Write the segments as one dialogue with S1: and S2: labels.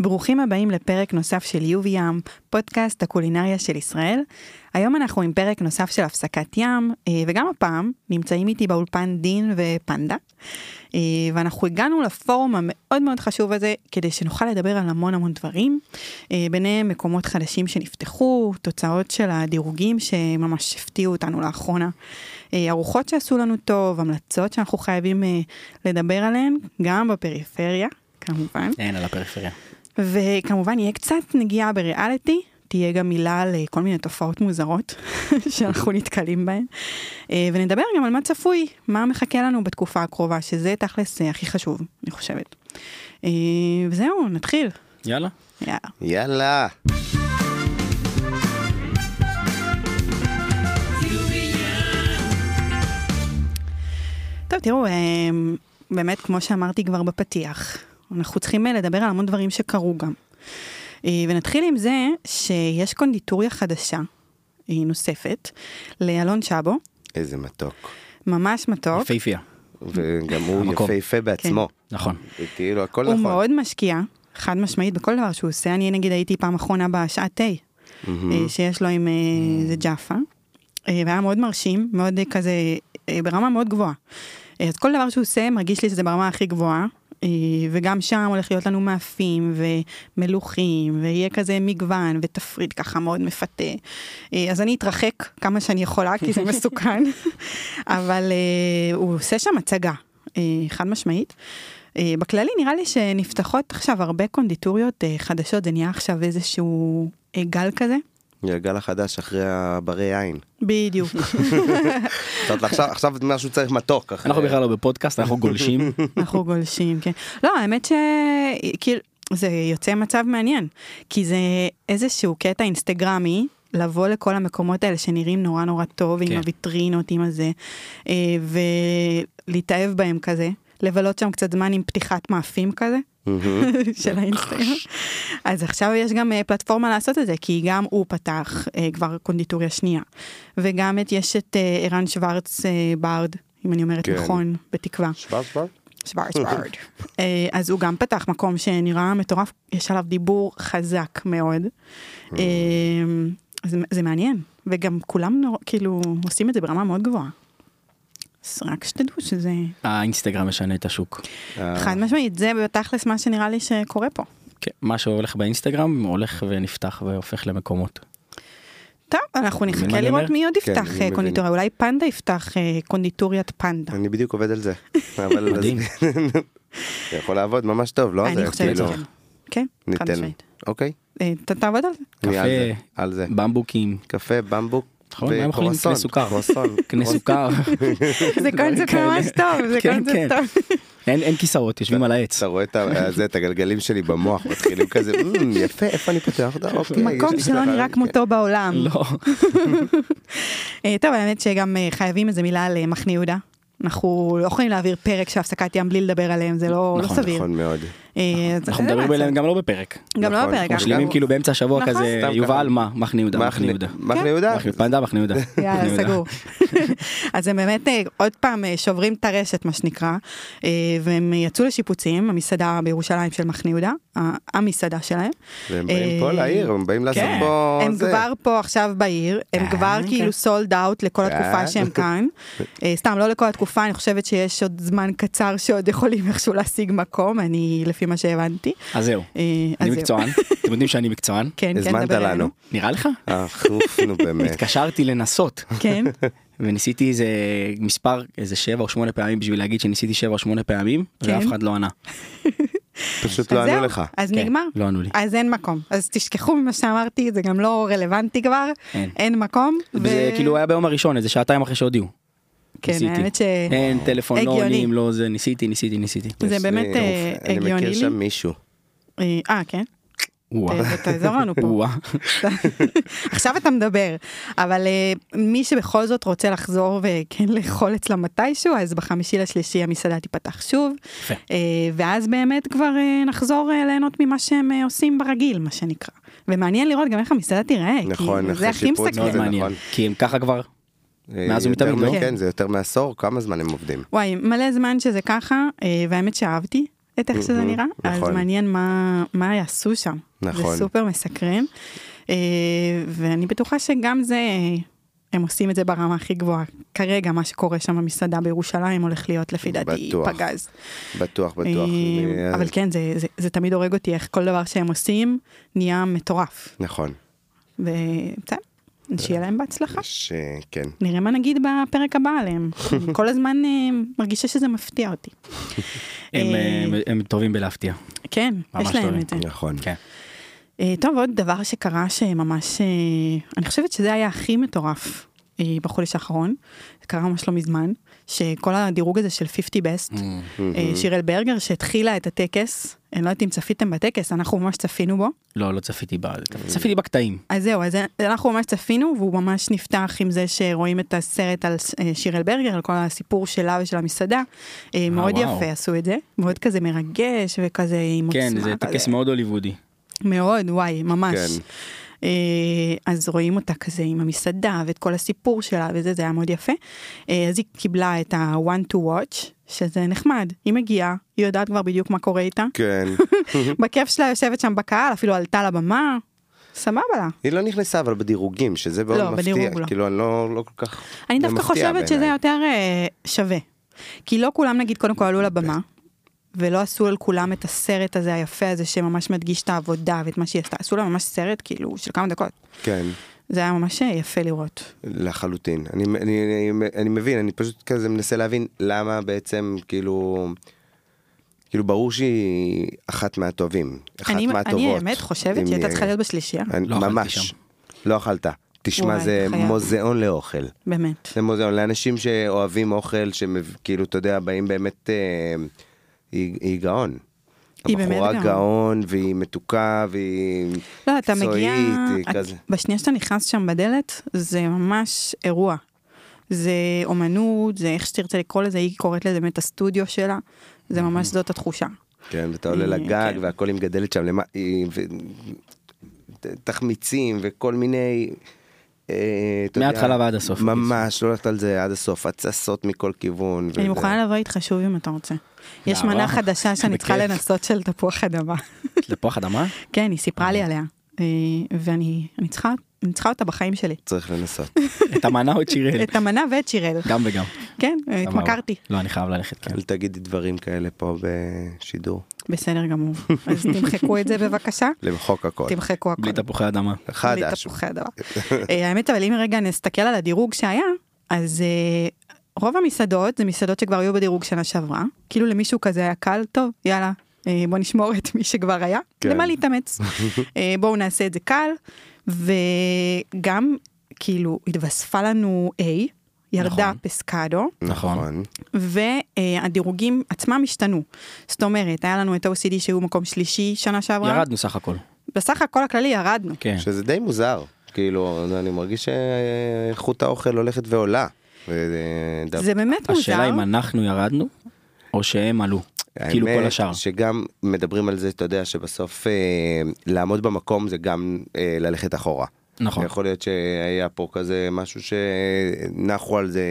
S1: ברוכים הבאים לפרק נוסף של יובי ים, פודקאסט הקולינריה של ישראל. היום אנחנו עם פרק נוסף של הפסקת ים, אה, וגם הפעם נמצאים איתי באולפן דין ופנדה. אה, ואנחנו הגענו לפורום המאוד מאוד חשוב הזה, כדי שנוכל לדבר על המון המון דברים, אה, ביניהם מקומות חדשים שנפתחו, תוצאות של הדירוגים שממש הפתיעו אותנו לאחרונה, אה, ארוחות שעשו לנו טוב, המלצות שאנחנו חייבים אה, לדבר עליהן, גם בפריפריה, כמובן.
S2: אין על הפריפריה.
S1: וכמובן יהיה קצת נגיעה בריאליטי, תהיה גם מילה על אה, כל מיני תופעות מוזרות שאנחנו נתקלים בהן. אה, ונדבר גם על מה צפוי, מה מחכה לנו בתקופה הקרובה, שזה תכלס אה, הכי חשוב, אני חושבת. אה, וזהו, נתחיל.
S2: יאללה.
S1: יאללה.
S3: יאללה.
S1: טוב, תראו, אה, באמת, כמו שאמרתי כבר בפתיח, אנחנו צריכים אה, לדבר על המון דברים שקרו גם. אה, ונתחיל עם זה שיש קונדיטוריה חדשה, אה, נוספת, לאלון שבו,
S3: איזה מתוק.
S1: ממש מתוק.
S2: יפהפייה.
S3: וגם הוא
S2: המקום.
S3: יפהפה בעצמו.
S2: נכון.
S3: כאילו, הכל
S1: הוא
S3: נכון.
S1: מאוד משקיע, חד משמעית, בכל דבר שהוא עושה. אני נגיד הייתי פעם אחרונה בשעת תה, אה, שיש לו עם אה, איזה ג'אפה, אה, והיה מאוד מרשים, מאוד אה, כזה, אה, ברמה מאוד גבוהה. אה, אז כל דבר שהוא עושה, מרגיש לי שזה ברמה הכי גבוהה. אה, וגם שם הולך להיות לנו מאפים ומלוכים, ויהיה כזה מגוון ותפריט ככה מאוד מפתה. אה, אז אני אתרחק כמה שאני יכולה, כי זה מסוכן, אבל אה, הוא עושה שם הצגה, אה, חד משמעית. אה, בכללי נראה לי שנפתחות עכשיו הרבה קונדיטוריות אה, חדשות, זה נהיה עכשיו איזשהו אה, גל כזה.
S3: הגל החדש אחרי הברי יין.
S1: בדיוק.
S3: זאת אומרת, עכשיו- עכשיו משהו צריך מתוק. אחרי-
S2: אנחנו בכלל לא בפודקאסט, אנחנו גולשים.
S1: אנחנו גולשים, כן. לא, האמת שכאילו, זה יוצא מצב מעניין, כי זה איזשהו קטע אינסטגרמי. לבוא לכל המקומות האלה שנראים נורא נורא טוב, עם
S2: כן.
S1: הוויטרינות, עם הזה, אה, ולהתאהב בהם כזה, לבלות שם קצת זמן עם פתיחת מאפים כזה,
S3: מהמם.
S1: של האינסטגרם. אז עכשיו יש גם אה, פלטפורמה לעשות את זה, כי גם הוא פתח אה, כבר קונדיטוריה שנייה. וגם את, יש את אה, ערן שוורץ אה, ברד, אם אני אומרת
S3: כן.
S1: נכון, בתקווה.
S3: שבא, שבא.
S1: שוורץ ברד. אה, אז הוא גם פתח מקום שנראה מטורף, יש עליו דיבור חזק מאוד.
S3: Mm.
S1: אה, אז זה- זה מעניין, וגם כולם נורא, כאילו עושים את זה ברמה מאוד גבוהה. אז רק שתדעו שזה
S2: האינסטגרם משנה את השוק.
S3: אה,
S1: חד משמעית, זה בתכלס מה שנראה לי שקורה פה.
S2: כן, מה שהולך באינסטגרם הולך ונפתח והופך למקומות.
S1: טוב, אנחנו נחכה
S2: אני
S1: לראות
S2: אומר?
S1: מי עוד
S3: כן,
S1: יפתח
S3: אני
S1: אה,
S3: מבין.
S1: קונדיטוריה, אולי פנדה יפתח אה, קונדיטוריית פנדה.
S3: אני בדיוק עובד על זה. אבל-
S2: מדהים.
S3: זה יכול לעבוד ממש טוב, לא?
S1: אני
S3: זה
S1: חושבת
S3: כאילו-
S1: שכן. כן, חד
S3: ניתן.
S1: משמעית.
S3: אוקיי,
S1: אה, ת- תעבוד על זה.
S3: אני על זה.
S2: קפה,
S3: על זה.
S2: במבוקים.
S3: קפה, במבוק.
S2: נכון, מה הם אוכלים?
S3: וקרואסון.
S2: קנה סוכר.
S3: קרואסון.
S2: קנה סוכר.
S1: זה
S2: דברים
S1: קונספט
S2: כאלה.
S1: ממש טוב, זה
S2: כן,
S1: קונספט
S2: כן.
S1: טוב.
S2: אין אין כיסאות, יושבים על העץ.
S3: אתה רואה את ה- אה, זה, את הגלגלים שלי במוח, מתחילים כזה, "מ, יפה, איפה אני פותח אותה? אוקיי,
S1: מקום
S3: יש
S1: שלא
S3: לך-
S1: נראה
S3: כן.
S1: כמותו בעולם.
S2: לא.
S1: אה, טוב, האמת שגם אה, חייבים איזה מילה על אה, מחנה יהודה. אנחנו לא יכולים להעביר פרק של הפסקת ים בלי לדבר עליהם, זה לא לא
S2: נכון,
S1: סביר.
S3: נכון מאוד.
S1: אה, אז
S2: אנחנו
S1: אין מה
S2: מדברים עליהם
S1: לעשות.
S2: גם לא בפרק.
S1: גם לא
S3: נכון,
S1: בפרק.
S3: אנחנו
S1: אנחנו-
S2: משלימים כאילו באמצע השבוע
S1: נכון.
S2: כזה,
S3: סתם
S2: יובל
S3: ככה.
S2: מה? מחנה יהודה, מחנה יהודה.
S1: כן.
S3: מחנה יהודה.
S2: מחנה- פנדה, מחנה יהודה. מחנה
S1: יאללה,
S2: יהודה.
S1: סגור. אז הם באמת אה, עוד פעם אה, שוברים את הרשת, מה שנקרא, אה, והם יצאו לשיפוצים, המסעדה בירושלים של מחנה יהודה, ה- המסעדה שלהם.
S3: והם באים פה
S1: אה,
S3: לעיר, הם באים לעשות
S1: כן.
S3: פה...
S1: הם
S3: זה.
S1: כבר פה עכשיו בעיר, הם
S2: אה,
S1: כבר
S2: כן.
S1: כאילו סולד אאוט לכל
S3: אה.
S1: התקופה שהם כאן. אה, סתם, לא לכל התקופה, אני חושבת שיש עוד זמן קצר שעוד יכולים איכשהו להשיג מקום, אני, לפי מה שהבנתי.
S2: אז זהו.
S1: אה, אז
S2: אני
S1: זהו.
S2: מקצוען. אתם יודעים שאני מקצוען?
S1: כן, כן,
S3: הזמנת
S1: דבר
S3: לנו.
S1: אלינו.
S2: נראה לך?
S3: אה, אוף, נו באמת.
S2: התקשרתי לנסות.
S1: כן,
S2: וניסיתי איזה מספר איזה שבע או שמונה פעמים בשביל להגיד שניסיתי שבע או שמונה פעמים
S1: כן.
S2: ואף אחד לא ענה.
S3: פשוט לא
S1: אז
S3: ענו
S1: זהו,
S3: לך.
S1: אז
S2: כן,
S1: נגמר.
S2: לא ענו לי.
S1: אז אין מקום. אז תשכחו ממה שאמרתי, זה גם לא רלוונטי כבר.
S2: אין.
S1: אין מקום.
S2: וזה כאילו היה ביום הראשון איזה שעתיים אחרי שהודיעו.
S1: כן,
S2: ניסיתי.
S1: האמת ש-
S2: אין טלפון לא
S1: הגיוני.
S2: עונים לא זה ניסיתי ניסיתי ניסיתי.
S1: זה
S3: יש
S1: באמת,
S3: לי-
S1: אה,
S3: אני
S1: הגיוני
S3: מכיר
S1: לי.
S3: שם מישהו.
S1: אה, אה, כן?
S2: וואו.
S1: ת- תעזור לנו לא פה.
S2: וואו.
S1: עכשיו אתה מדבר. אבל אה, מי שבכל זאת רוצה לחזור וכן לאכול אצלה מתישהו, אז בחמישי לשלישי המסעדה תיפתח שוב.
S2: יפה.
S1: אה, ואז באמת כבר אה, נחזור אה, ליהנות ממה שהם אה, עושים ברגיל, מה שנקרא. ומעניין לראות גם איך המסעדה תיראה. כי
S3: נכון,
S1: זה
S3: אחרי
S1: הכי
S3: שיפוץ
S1: מסקרן.
S2: מאוד
S3: זה
S2: מעניין.
S3: נכון.
S2: כי הם ככה כבר.
S3: אה,
S2: מאז
S3: יותר
S2: ומתמיד,
S3: מ-
S1: לא?
S3: כן, זה יותר מעשור, כמה זמן הם עובדים?
S1: וואי, מלא זמן שזה ככה, אה, והאמת שאהבתי. את איך שזה
S3: מהמם,
S1: נראה, אז
S3: נכון.
S1: מעניין מה- מה יעשו שם.
S3: נכון.
S1: זה סופר מסקרן, אה, ואני בטוחה שגם זה, אה, הם עושים את זה ברמה הכי גבוהה. כרגע מה שקורה שם במסעדה בירושלים הולך להיות לפי דעתי
S3: בטוח.
S1: פגז.
S3: בטוח, בטוח.
S1: אה,
S3: אה,
S1: אבל כן, זה- זה- זה תמיד הורג אותי איך כל דבר שהם עושים נהיה מטורף.
S3: נכון.
S1: אה? ובסדר, שיהיה להם בהצלחה.
S3: יש, אה, כן.
S1: נראה מה נגיד בפרק הבא עליהם. אני כל הזמן אה, מרגישה שזה מפתיע אותי.
S2: הם,
S1: אה,
S2: הם- הם טובים בלהפתיע.
S1: כן,
S2: ממש
S1: יש להם
S2: טובים.
S1: את זה.
S3: נכון.
S2: כן.
S1: אה, טוב, עוד דבר שקרה שממש, אה, אני חושבת שזה היה הכי מטורף אה, בחודש האחרון, זה קרה ממש לא מזמן, שכל הדירוג הזה של 50
S2: Mm.
S1: best, אה, שיראל ברגר שהתחילה את הטקס, אני לא יודעת אם צפיתם בטקס, אנחנו ממש צפינו בו,
S2: לא, לא צפיתי ב...
S3: אה,
S2: צפיתי בקטעים.
S1: אז זהו, אז אנחנו ממש צפינו, והוא ממש נפתח עם זה שרואים את הסרט על אה, שיראל ברגר, על כל הסיפור שלה ושל המסעדה, אה, מאוד
S2: וואו.
S1: יפה עשו את זה, מאוד כזה מרגש וכזה עם עוצמה.
S2: כן, זה טקס
S1: כזה.
S2: מאוד הוליוודי.
S1: מאוד, וואי, ממש.
S3: כן.
S1: אה, אז רואים אותה כזה עם המסעדה ואת כל הסיפור שלה וזה, זה היה מאוד יפה. אה, אז היא קיבלה את ה-one to watch, שזה נחמד. היא מגיעה, היא יודעת כבר בדיוק מה קורה איתה.
S3: כן.
S1: בכיף שלה יושבת שם בקהל, אפילו עלתה לבמה, סבבה לה.
S3: היא לא נכנסה אבל בדירוגים, שזה מאוד
S1: לא,
S3: מפתיע.
S1: בדירוג לא.
S3: כאילו, אני לא לא כל כך...
S1: אני
S3: זה
S1: דווקא
S3: מפתיע
S1: חושבת שזה
S3: בעיניי.
S1: יותר אה, שווה. כי לא כולם, נגיד, קודם כל עלו לבמה, ולא עשו על כולם את הסרט הזה היפה הזה שממש מדגיש את העבודה ואת מה שהיא עשתה. עשו לה ממש סרט, כאילו, של כמה דקות.
S3: כן,
S1: זה היה ממש אה, יפה לראות.
S3: לחלוטין. אני- אני- אני- אני מבין, אני פשוט כזה מנסה להבין למה בעצם, כאילו... כאילו, ברור שהיא אחת מהטובים. אחת
S1: אני,
S3: מהטובות.
S1: אני האמת חושבת שהיא
S3: אם
S1: הייתה
S3: היא-
S1: צריכה להיות בשלישייה,
S3: אני-
S2: לא אכלתי
S3: ממש.
S2: שם.
S3: לא אכלת. תשמע,
S1: וואי,
S3: זה
S1: חייב.
S3: מוזיאון לאוכל.
S1: באמת.
S3: זה מוזיאון לאנשים שאוהבים אוכל, שכאילו, אתה יודע, באים באמת, אה, היא, היא גאון.
S1: היא באמת
S3: הבחורה
S1: גאון.
S3: גאון, והיא מתוקה, והיא
S1: לא, אתה מגיע,
S3: היא
S1: את-
S3: כזה.
S1: בשנייה שאתה נכנס שם בדלת, זה ממש אירוע. זה אומנות, זה איך שתרצה לקרוא לזה, היא קוראת לזה באמת הסטודיו שלה, זה ממש
S3: Mm-hmm.
S1: זאת התחושה.
S3: כן, ואתה עולה
S1: אה,
S3: לגג,
S1: כן.
S3: והכל היא מגדלת שם, למה, היא- ו... ת- תחמיצים וכל מיני... אה, אתה יודע,
S2: מההתחלה ועד הסוף.
S3: ממש, לא הולכת על זה עד הסוף, התססות מכל כיוון.
S1: אני
S3: וזה-
S1: מוכנה לבוא איתך שוב אם אתה רוצה. יש
S2: לא נערה.
S1: מנה חדשה שאני צריכה
S2: בכיף.
S1: לנסות של תפוח אדמה.
S2: תפוח אדמה?
S1: כן, היא סיפרה לי עליה, אה, ואני אני צריכה אני צריכה אותה בחיים שלי.
S3: צריך לנסות.
S2: את המנה או את שיראל?
S1: את המנה ואת שיראל.
S2: כן. גם וגם.
S1: כן, אה,
S2: סבבה.
S1: התמכרתי.
S2: לא, אני חייב ללכת, כן.
S3: אל תגידי דברים כאלה פה בשידור.
S1: בסדר גמור. אז תמחקו את זה בבקשה.
S3: למחוק הכל.
S1: תמחקו הכל.
S2: בלי תפוחי אדמה.
S1: בלי
S3: חדש.
S1: תפוחי אדמה. אה, האמת אבל אם רגע נסתכל על הדירוג שהיה, אז אה, רוב המסעדות זה מסעדות שכבר היו בדירוג שנה שעברה. כאילו למישהו כזה היה קל, טוב, יאללה, אה, בוא נשמור את מי שכבר היה.
S3: כן.
S1: למה להתאמץ? אה, בואו נעשה את זה קל. וגם כאילו התווספה לנו A, ירדה
S2: נכון.
S1: פסקדו.
S3: נכון.
S1: והדירוגים עצמם השתנו. זאת אומרת, היה לנו את OCD שהיו מקום שלישי שנה שעברה.
S2: ירדנו סך הכל.
S1: בסך הכל הכללי ירדנו.
S2: כן.
S3: שזה די מוזר. כאילו, אני מרגיש שאיכות האוכל הולכת ועולה. וזה דבר-
S1: זה באמת מוזר.
S2: השאלה אם אנחנו ירדנו, או שהם עלו. כאילו כל
S3: האמת
S2: השאר.
S3: שגם מדברים על זה, אתה יודע, שבסוף אה, לעמוד במקום זה גם אה, ללכת אחורה.
S2: נכון.
S3: יכול להיות שהיה פה כזה משהו שנחו על זה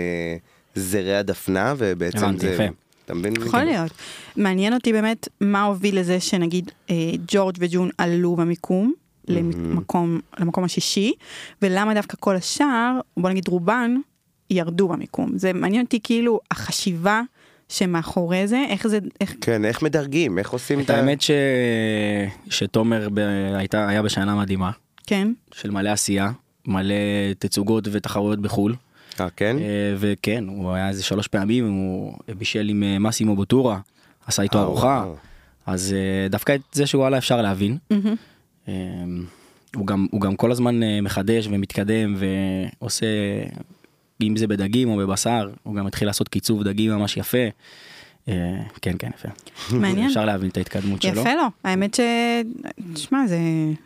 S3: זרי הדפנה, ובעצם
S2: הבנתי,
S3: זה...
S2: יפה.
S3: אתה מבין? כן.
S1: יכול להיות. מעניין אותי באמת מה הוביל לזה שנגיד אה, ג'ורג' וג'ון עלו במיקום למקום, למקום השישי, ולמה דווקא כל השאר, בוא נגיד רובן, ירדו במיקום. זה מעניין אותי כאילו החשיבה שמאחורי זה, איך זה, איך,
S3: כן, איך מדרגים? איך עושים
S2: את האמת ש... שתומר ב... הייתה, היה בשנה מדהימה,
S1: כן,
S2: של מלא עשייה, מלא תצוגות ותחרויות בחו"ל,
S3: אה, כן?
S2: אה, וכן, הוא היה איזה שלוש פעמים, הוא בישל עם אה, מסימו בוטורה, עשה איתו
S3: אה,
S2: ארוחה,
S3: וואו.
S2: אז אה, דווקא את זה שוואלה אפשר להבין. אה, הוא גם, הוא גם כל הזמן אה, מחדש ומתקדם ועושה, אם זה בדגים או בבשר, הוא גם התחיל לעשות קיצוב דגים ממש יפה. אה, כן, כן, יפה.
S1: מעניין.
S2: אפשר להבין את ההתקדמות שלו.
S1: יפה לו, האמת ש... תשמע, זה,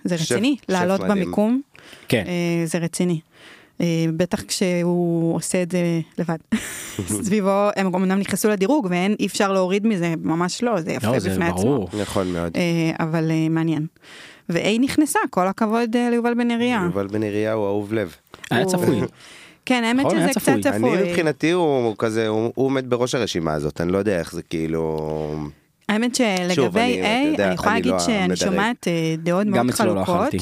S1: זה
S3: שף-
S1: רציני,
S3: שף
S1: לעלות
S3: מדהים.
S1: במיקום,
S2: כן.
S1: אה, זה רציני. אה, בטח כשהוא עושה את זה לבד. סביבו, הם אמנם נכנסו לדירוג ואין, אי אפשר להוריד מזה, ממש לא, זה יפה
S2: לא, זה
S1: בפני עצמו.
S2: ברור.
S3: נכון מאוד.
S1: אה, אבל אה, מעניין. ואיי נכנסה, כל הכבוד אה, ליובל בן אריה.
S3: יובל בן אריה הוא אהוב לב.
S2: היה
S1: הוא-
S2: צפוי.
S1: כן, האמת
S2: נכון,
S1: שזה
S2: היה
S1: קצת
S2: צפוי.
S1: צפוי.
S3: אני מבחינתי הוא הוא כזה, הוא הוא עומד בראש הרשימה הזאת, אני לא יודע איך זה כאילו...
S1: האמת
S3: שוב, אני-
S1: שלגבי
S3: אתה
S1: A,
S3: יודע,
S1: אני יכולה
S3: אני
S1: להגיד
S3: לא
S1: שאני
S3: המדרג.
S1: שומעת אה, דעות
S2: גם
S1: מאוד
S2: אצלו לא
S1: חלוקות.
S2: אכלתי.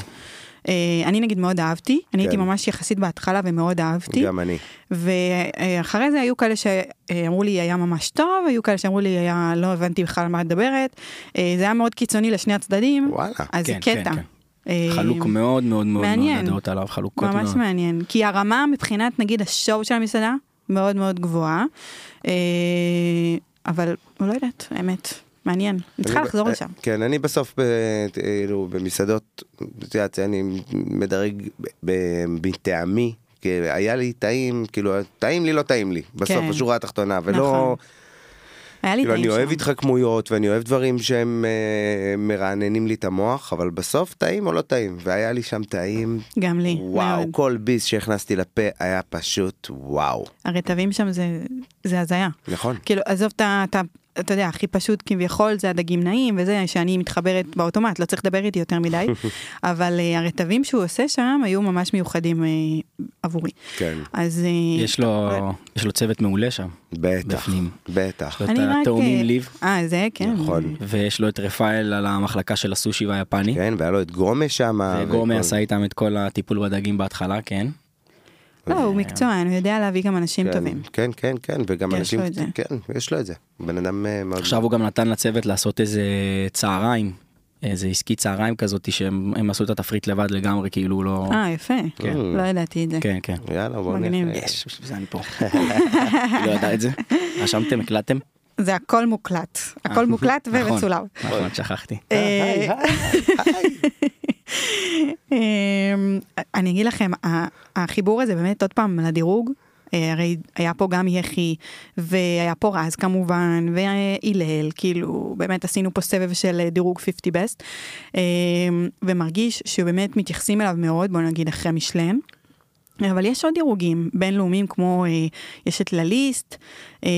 S1: אה, אני נגיד מאוד אהבתי, אני הייתי
S3: כן.
S1: ממש יחסית בהתחלה ומאוד אהבתי,
S3: גם אני.
S1: ואחרי זה היו כאלה שאמרו לי היה ממש טוב, היו כאלה שאמרו לי היה לא הבנתי בכלל על מה את מדברת, אה, זה היה מאוד קיצוני לשני הצדדים,
S3: וואלה.
S1: אז זה
S2: כן, כן,
S1: קטע.
S2: כן.
S1: אה,
S2: חלוק מאוד מאוד מאוד, מאוד
S1: מעניין.
S2: הדעות עליו, חלוקות
S1: ממש
S2: מאוד.
S1: מעניין, כי הרמה מבחינת נגיד השואו של המסעדה מאוד מאוד גבוהה, אה, אבל לא יודעת, האמת, מעניין, אני צריכה
S3: אני ב-
S1: לחזור
S3: אה,
S1: לשם.
S3: כן, אני בסוף, ב- כאילו, במסעדות, את יודעת, אני מדרג ב- ב- מטעמי. כי היה לי טעים, כאילו, טעים לי, לא טעים לי, בסוף,
S1: כן.
S3: בשורה התחתונה,
S1: נכון.
S3: ולא,
S1: היה לי
S3: כאילו,
S1: טעים
S3: אני אוהב
S1: שם.
S3: התחכמויות, ואני אוהב דברים שהם אה, מרעננים לי את המוח, אבל בסוף טעים או לא טעים, והיה לי שם טעים,
S1: גם לי,
S3: וואו,
S1: מאוד.
S3: כל ביס שהכנסתי לפה היה פשוט וואו,
S1: הרטבים שם זה, זה הזיה.
S3: נכון?
S1: כאילו, עזוב את ה... את ה- אתה יודע, הכי פשוט כביכול זה הדגים נעים וזה, שאני מתחברת באוטומט, לא צריך לדבר איתי יותר מדי, אבל אה, הרטבים שהוא עושה שם היו ממש מיוחדים אה, עבורי.
S3: כן,
S1: אז... אה,
S2: יש לו, יש לו צוות מעולה שם.
S3: בטח,
S2: בפנים.
S3: בטח,
S2: יש לו את התאומים
S1: אה,
S2: ליב,
S1: אה, זה, כן.
S3: נכון.
S2: ויש לו את רפאל על המחלקה של הסושי והיפני.
S3: כן, והיה לו את גומש שם.
S2: וגורמי
S3: וכל-
S2: עשה איתם את כל הטיפול בדגים בהתחלה, כן.
S1: לא, הוא מקצוען, הוא יודע להביא גם אנשים
S3: כן,
S1: טובים.
S3: כן, כן, כן, וגם
S1: יש לו
S3: אנשים,
S1: את זה.
S3: כן, יש לו את זה. בן אדם אה, מאוד...
S2: עכשיו הוא גם נתן לצוות לעשות איזה צהריים, איזה עסקי צהריים כזאת, שהם הם עשו את התפריט לבד לגמרי, כאילו הוא לא...
S1: אה, יפה.
S2: כן.
S1: לא ידעתי את זה.
S2: כן, כן.
S3: יאללה, בוא
S1: מגניב.
S3: נלך. אה,
S2: יש, בשביל זה אני פה. לא ידע את זה. רשמתם, הקלטתם?
S1: זה הכל מוקלט. הכל מוקלט
S2: נכון,
S1: ומצולם.
S2: נכון, שכחתי.
S1: אה,
S3: היי, היי, היי.
S1: אמ, אני אגיד לכם, ה- החיבור הזה באמת עוד פעם לדירוג, אה, הרי היה פה גם יחי, והיה פה רז כמובן, והלל, כאילו באמת עשינו פה סבב של אה, דירוג 50 best, אמ, ומרגיש שבאמת מתייחסים אליו מאוד, בוא נגיד אחרי משלן. אבל יש עוד דירוגים בינלאומיים כמו אה, יש את לליסט אה,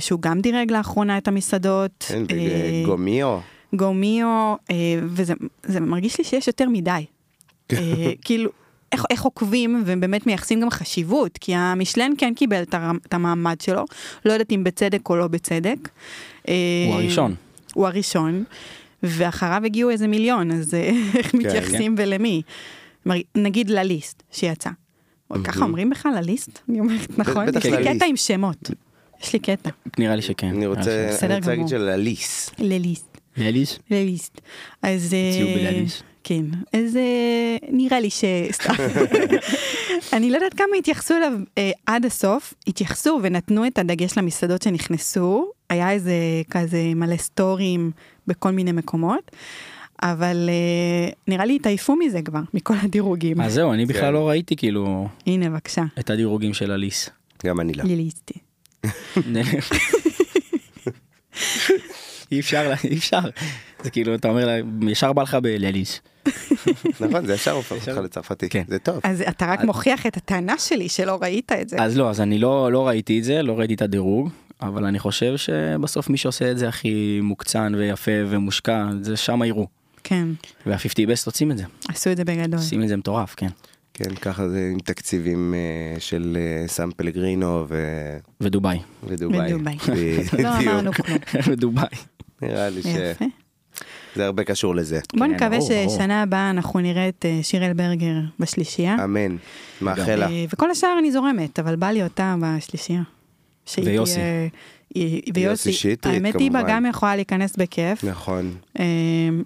S1: שהוא גם דירג לאחרונה את המסעדות.
S3: כן, ו-
S1: אה,
S3: גומיו.
S1: גומיו, אה, וזה זה מרגיש לי שיש יותר מדי.
S3: כן.
S1: אה, כאילו, איך, איך עוקבים ובאמת מייחסים גם חשיבות, כי המשלן כן קיבל את, הרמ, את המעמד שלו, לא יודעת אם בצדק או לא בצדק. אה,
S2: הוא הראשון.
S1: הוא הראשון, ואחריו הגיעו איזה מיליון, אז אה,
S3: כן,
S1: איך מתייחסים ולמי? מר- נגיד לליסט שיצא. ככה אומרים בכלל לליסט? אני אומרת, נכון?
S3: בטח
S1: יש לי
S3: לליסט.
S1: קטע עם שמות. יש לי קטע.
S2: נראה לי שכן.
S3: אני רוצה
S1: כן, אוקיי. בסדר
S3: אני רוצה
S1: גמור.
S3: להגיד שלליס.
S1: לליסט.
S2: אליס?
S1: לליסט. אז...
S2: הציעו
S1: אה,
S2: בלליסט.
S1: כן. אז אה, נראה לי ש... סתם. אני לא יודעת כמה התייחסו אליו אה, עד הסוף, התייחסו ונתנו את הדגש למסעדות שנכנסו, היה איזה כזה מלא סטורים בכל מיני מקומות, אבל אה, נראה לי התעייפו מזה כבר, מכל הדירוגים.
S2: אז זהו, אני
S3: כן.
S2: בכלל לא ראיתי כאילו
S1: הנה, בבקשה,
S2: את הדירוגים של אליס.
S3: גם אני לא.
S1: ליליסטי.
S2: אי אפשר, לה- אי אפשר. זה כאילו, אתה אומר, לה, ישר בא לך בלליס.
S3: נכון, זה ישר הופך אותך
S2: ישר-
S3: לצרפתי.
S2: כן.
S3: זה טוב.
S1: אז אתה רק מוכיח את הטענה שלי שלא ראית את זה.
S2: אז לא, אז אני לא, לא ראיתי את זה, לא ראיתי את הדירוג, אבל אני חושב שבסוף מי שעושה את זה הכי מוקצן ויפה ומושקע, זה שם יראו.
S1: כן,
S2: וה-50 best עושים את זה,
S1: עשו את זה בגדול.
S2: עושים את זה מטורף, כן.
S3: כן, ככה זה עם תקציבים אה, של אה, סן פלגרינו ו-
S2: ודובאי.
S3: ודובאי.
S1: ודובאי. לא
S3: בדיוק.
S1: אמרנו כלום.
S2: ודובאי.
S3: נראה לי
S1: יפה.
S3: שזה הרבה קשור לזה.
S1: בוא
S2: כן,
S1: נקווה
S2: ברור, ברור.
S1: ששנה הבאה אנחנו נראה את אה, שיראל ברגר בשלישייה.
S3: אמן. מאחל לה.
S1: אה, וכל השאר אני זורמת, אבל בא לי אותה בשלישייה. שהיא
S2: ויוסי.
S1: תהיה- אה, היא-
S3: ויוסי שטרית,
S1: האמת היא, בה
S3: כמובן.
S1: גם יכולה להיכנס בכיף.
S3: נכון.
S1: אה,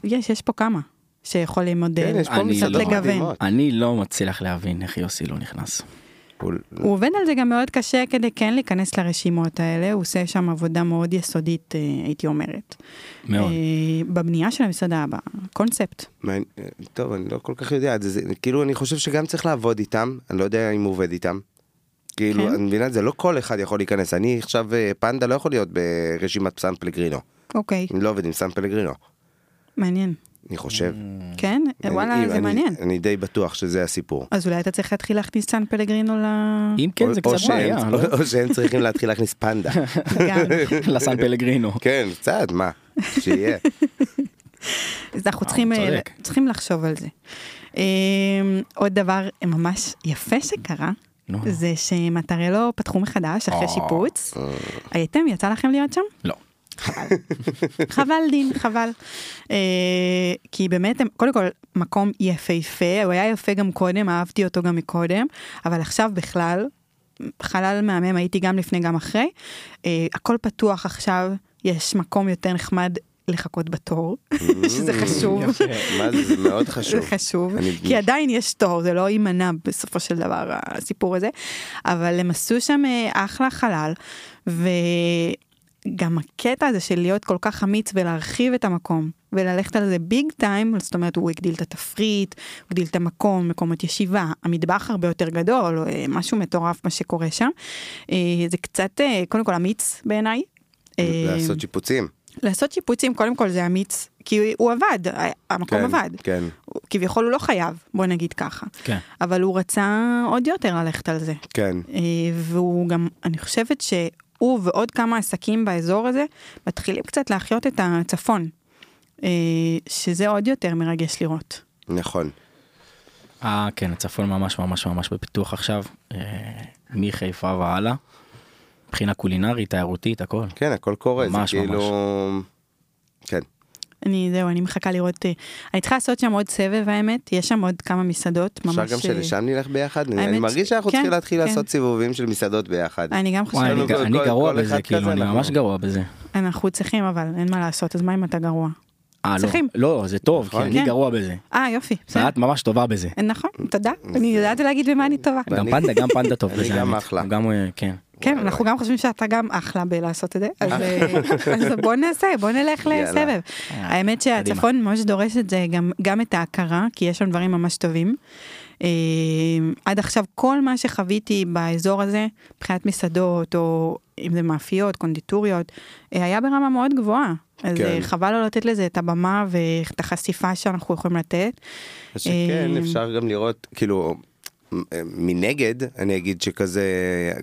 S1: יש, יש פה כמה שיכולים עוד
S3: כן,
S1: אה,
S3: יש פה
S2: אני
S1: קצת
S2: לא-
S1: לגוון.
S3: מדהימות.
S2: אני לא מצליח להבין איך יוסי לא נכנס.
S3: הוא-
S1: הוא עובד על זה גם מאוד קשה כדי כן להיכנס לרשימות האלה, הוא עושה שם עבודה מאוד יסודית, אה, הייתי אומרת.
S2: מאוד.
S1: אה, בבנייה של המסעדה הבאה, קונספט.
S3: מעניין- טוב, אני לא כל כך יודע את זה, זה, כאילו, אני חושב שגם צריך לעבוד איתם, אני לא יודע אם הוא עובד איתם. כאילו,
S1: כן.
S3: אני מבינה את זה, לא כל אחד יכול להיכנס. אני עכשיו, אה, פנדה לא יכול להיות ברשימת סן פלגרינו.
S1: אוקיי,
S3: אני לא עובד עם סן פלגרינו,
S1: מעניין.
S3: אני חושב.
S1: כן?
S3: אני-
S1: וואלה,
S3: אני-
S1: זה
S3: אני-
S1: מעניין.
S3: אני די בטוח שזה הסיפור.
S1: אז אולי אתה צריך להתחיל להכניס סן פלגרינו ל...
S2: אם כן,
S3: או-
S2: זה
S3: או
S2: קצת
S3: שהם-
S2: בעיה, לא?
S3: או שהם צריכים להתחיל להכניס פנדה.
S1: לגן.
S2: לסן פלגרינו.
S3: כן, קצת, מה? שיהיה.
S1: אז אנחנו
S2: אה,
S1: צריכים,
S2: הוא
S1: אה,
S2: צודק.
S1: צריכים לחשוב על זה. אה, עוד דבר ממש יפה שקרה,
S2: נו.
S1: זה שמטרלו פתחו מחדש אחרי
S2: אה.
S1: שיפוץ. הייתם? יצא לכם להיות שם?
S2: לא.
S1: חבל. חבל דין, חבל. אה, כי באמת, הם- קודם כל, מקום יפהפה, הוא היה יפה גם קודם, אהבתי אותו גם מקודם, אבל עכשיו בכלל, חלל מהמם, הייתי גם לפני, גם אחרי. אה, הכל פתוח עכשיו, יש מקום יותר נחמד לחכות בתור, שזה חשוב.
S3: מה זה, זה מאוד חשוב.
S1: זה חשוב,
S3: אני-
S1: כי עדיין יש תור, זה לא יימנע בסופו של דבר הסיפור הזה, אבל הם עשו שם אה, אחלה חלל, וגם הקטע הזה של להיות כל כך אמיץ ולהרחיב את המקום, וללכת על זה ביג טיים, זאת אומרת הוא הגדיל את התפריט, הוא הגדיל את המקום, מקומות ישיבה, המטבח הרבה יותר גדול, אה, משהו מטורף מה שקורה שם, אה, זה קצת אה, קודם כל אמיץ בעיניי. אה,
S3: לעשות שיפוצים.
S1: לעשות שיפוצים קודם כל זה אמיץ, כי הוא עבד, אה, המקום
S3: כן,
S1: עבד.
S3: כן.
S1: הוא- כביכול הוא לא חייב, בוא נגיד ככה.
S2: כן.
S1: אבל הוא רצה עוד יותר ללכת על זה.
S3: כן.
S1: אה, והוא גם, אני חושבת שהוא ועוד כמה עסקים באזור הזה מתחילים קצת להחיות את הצפון. אה, שזה עוד יותר מרגש לראות.
S3: נכון.
S2: אה, כן, הצפון ממש ממש ממש בפיתוח עכשיו, אה, מחיפה והלאה. מבחינה קולינרית, תיירותית, הכל.
S3: כן, הכל קורה, זה
S2: ממש,
S3: כאילו... כן.
S1: אני, זהו, אני מחכה לראות, אה, אני צריכה לעשות שם עוד סבב האמת, יש שם עוד כמה מסעדות, ממש... אה,
S3: אפשר גם שלשם נלך ביחד? אני-
S1: האמת
S3: אני
S1: ש-
S3: מרגיש שאנחנו
S1: כן,
S3: צריכים להתחיל
S1: כן.
S3: לעשות סיבובים של מסעדות ביחד.
S1: אה, אני גם
S2: וואי,
S1: חושבת,
S2: אני
S3: שלנו
S2: ג-
S3: כל-
S2: אני
S3: כל-
S2: גרוע
S3: כל אחד
S2: בזה,
S3: כזה,
S2: כאילו, אני
S3: אנחנו-
S2: ממש גרוע בזה.
S1: אנחנו צריכים אבל, אין מה לעשות, אז מה אם אתה גרוע?
S2: אה, לא,
S1: צריכים.
S2: לא, זה טוב, כי
S3: נכון.
S2: אני
S1: כן.
S2: גרוע בזה.
S1: אה, יופי, בסדר.
S2: ואת ממש טובה בזה.
S1: נכון, תודה,
S3: אוקיי.
S1: אני יודעת להגיד במה אני טובה.
S2: גם
S3: ואני-
S2: פנדה, גם פנדה טוב
S3: אני
S2: בזה.
S3: גם
S2: האמת.
S3: אחלה.
S2: הוא גם, אה, כן.
S1: כן,
S3: וואי,
S1: אנחנו גם חושבים שאתה גם אחלה בלעשות את זה, אז אה, אז בוא נעשה, בוא נלך
S3: יאללה. אה,
S1: לסבב. האמת שהצפון ממש דורש את זה, גם- גם את ההכרה, כי יש שם דברים ממש טובים. אה, עד עכשיו כל מה שחוויתי באזור הזה, מבחינת מסעדות, או אם זה מאפיות, קונדיטוריות, אה, היה ברמה מאוד גבוהה. אז
S3: כן.
S1: אה, חבל לא לתת לזה את הבמה ואת החשיפה שאנחנו יכולים לתת.
S3: אז שכן,
S1: אה,
S3: אפשר גם לראות, כאילו, מ- מנגד, אני אגיד שכזה,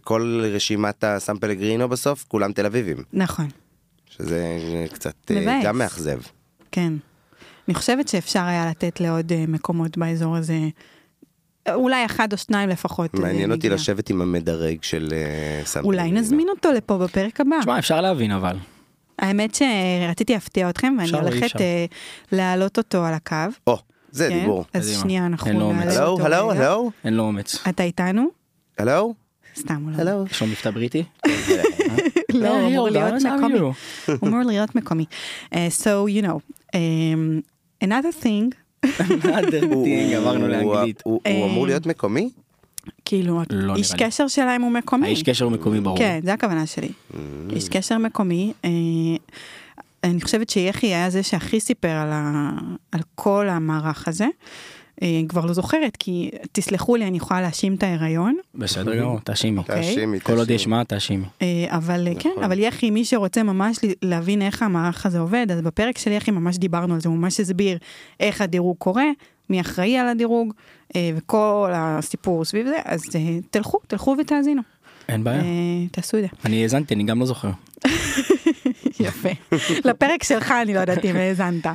S3: כל רשימת הסן פלגרינו בסוף, כולם תל אביבים,
S1: נכון.
S3: שזה קצת אה,
S1: מבאס.
S3: גם מאכזב.
S1: כן. אני חושבת שאפשר היה לתת לעוד אה, מקומות באזור הזה, אה, אולי אחד או שניים לפחות. אה,
S3: מעניין אותי
S1: נגיעה.
S3: לשבת עם המדרג של אה, סן פלגרינו.
S1: אולי נזמין אותו לפה בפרק הבא.
S2: תשמע, אפשר להבין אבל.
S1: האמת שרציתי להפתיע אתכם, ואני
S2: אפשר, אי
S1: הולכת
S2: אפשר.
S1: אה, להעלות אותו על הקו.
S3: או, זה
S1: כן?
S3: אה, דיבור.
S1: אז
S2: קדימה.
S1: שנייה,
S2: אין לו
S1: אנחנו
S2: אומץ.
S1: נעלה
S3: הלו,
S1: אותו.
S3: הלו,
S1: רגע.
S3: הלו,
S2: אין לו אומץ.
S1: אתה איתנו?
S3: הלו,
S1: סתם אולי.
S3: הלו.
S2: יש לו מבטא בריטי?
S1: לא, הוא אמור
S2: יורדה,
S1: להיות
S2: זה
S1: מקומי.
S2: אמינו.
S1: הוא אמור להיות מקומי. אה, So, you know, um, another thing,
S3: הוא-
S2: Nothing, עברנו
S3: הוא-
S2: לאנגלית.
S3: הוא הוא
S1: אה,
S3: אמור להיות מקומי?
S2: אוקיי.
S1: כאילו,
S2: לא נראה
S1: איש
S2: לי.
S1: קשר שלהם הוא מקומי.
S2: האיש קשר מקומי ברור.
S1: כן, זה הכוונה שלי. איש קשר מקומי. אה, אני חושבת שיחי היה זה שהכי סיפר על, ה... על כל המערך הזה. אה, כבר לא זוכרת, כי תסלחו לי, אני יכולה להאשים את ההיריון,
S2: בסדר גמור, תאשימי.
S1: אוקיי.
S3: תאשימי,
S2: כל עוד
S3: תאשימי.
S2: יש מה, תאשימי.
S1: אה, אבל נכון. כן, אבל יחי, מי שרוצה ממש ל- להבין איך המערך הזה עובד, אז בפרק של יחי ממש דיברנו על זה, הוא ממש הסביר איך הדירוג קורה, מי אחראי על הדירוג, אה, וכל הסיפור סביב זה, אז אה, תלכו, תלכו ותאזינו,
S2: אין בעיה.
S1: אה, תעשו את זה.
S2: אני האזנתי, אני גם לא זוכר.
S1: יפה. לפרק שלך אני לא יודעת אם האזנת.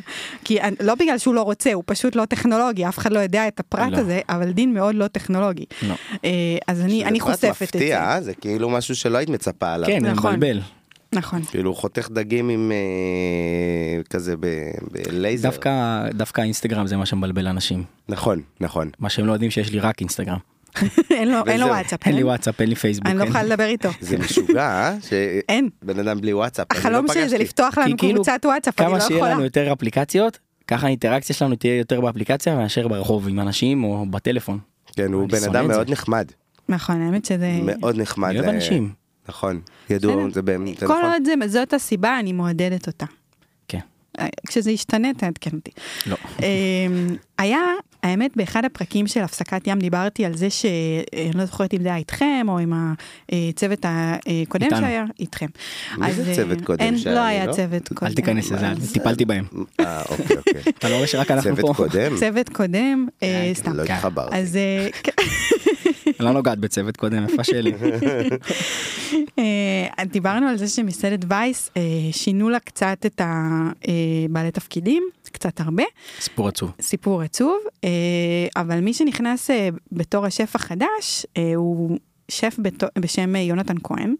S1: כי אני- לא בגלל שהוא לא רוצה, הוא פשוט לא טכנולוגי, אף אחד לא יודע את הפרט
S2: לא.
S1: הזה, אבל דין מאוד לא טכנולוגי.
S2: לא.
S1: אה, אז אני אני
S3: פרט
S1: חושפת את זה.
S3: מפתיע, אה? זה כאילו משהו שלא היית מצפה עליו.
S2: כן, זה
S1: נכון.
S2: מבלבל.
S1: נכון.
S3: כאילו הוא חותך דגים עם אה, כזה ב- בלייזר.
S2: דווקא- דווקא האינסטגרם זה מה שמבלבל אנשים.
S3: נכון, נכון.
S2: מה שהם לא יודעים שיש לי רק אינסטגרם.
S1: אין לו- אין לו
S3: וזהו.
S1: וואטסאפ.
S2: אין לי
S1: כן?
S2: וואטסאפ, כן. אין לי פייסבוק.
S1: אני לא
S2: אין-
S1: יכולה לדבר איתו.
S3: זה משוגע, אה? ש-
S1: אין.
S3: בן אדם בלי וואטסאפ. אני לא
S1: החלום שלי זה
S3: פגשתי.
S1: לפתוח לנו
S2: כי כאילו,
S1: קבוצת וואטסאפ, אני לא
S2: כמה שיהיה
S1: יכולה.
S2: לנו יותר אפליקציות, ככה האינטראקציה שלנו תהיה יותר באפליקציה מאשר ברחוב עם אנשים או בטלפון.
S3: כן, הוא
S2: אני
S3: בן
S2: שונא
S3: אדם
S2: את זה.
S3: מאוד נחמד.
S1: נכון, האמת שזה...
S3: מאוד נחמד.
S2: אני אוהב
S3: אה,
S2: אנשים.
S3: נכון. ידעו,
S1: בסדר.
S3: זה באמת זה
S1: כל
S3: נכון.
S1: עוד זה- זאת הסיבה, אני מעודדת אותה.
S2: כן.
S1: אה, כשזה ישתנה, תעדכן אותי.
S2: לא.
S1: אמ, היה, האמת, באחד הפרקים של הפסקת ים דיברתי על זה ש... אה, אני לא זוכרת אם זה היה איתכם או עם הצוות הקודם
S2: איתנו.
S1: שהיה. איתכם.
S3: מי זה
S1: אז, אה,
S3: צוות קודם
S1: אין-
S3: שהיה,
S1: לא
S3: אני
S1: היה
S3: לא?
S1: צוות קודם.
S2: אל תיכנס לזה, אני טיפלתי בהם.
S3: אה, אוקיי, אוקיי.
S2: אתה לא רואה שרק אנחנו פה?
S3: צוות קודם?
S1: צוות קודם, אה,
S2: כן.
S1: סתם.
S3: לא
S2: כן.
S3: התחברתי.
S1: אז אה, כן,
S2: אני לא נוגעת בצוות קודם, איפה שלי.
S1: אה, דיברנו על זה שמסעדת וייס אה, שינו לה קצת את הבעלי תפקידים, קצת הרבה,
S2: סיפור עצוב.
S1: סיפור עצוב, אה, אבל מי שנכנס אה, בתור השף החדש, אה, הוא שף בת... בשם אה, יונתן כהן.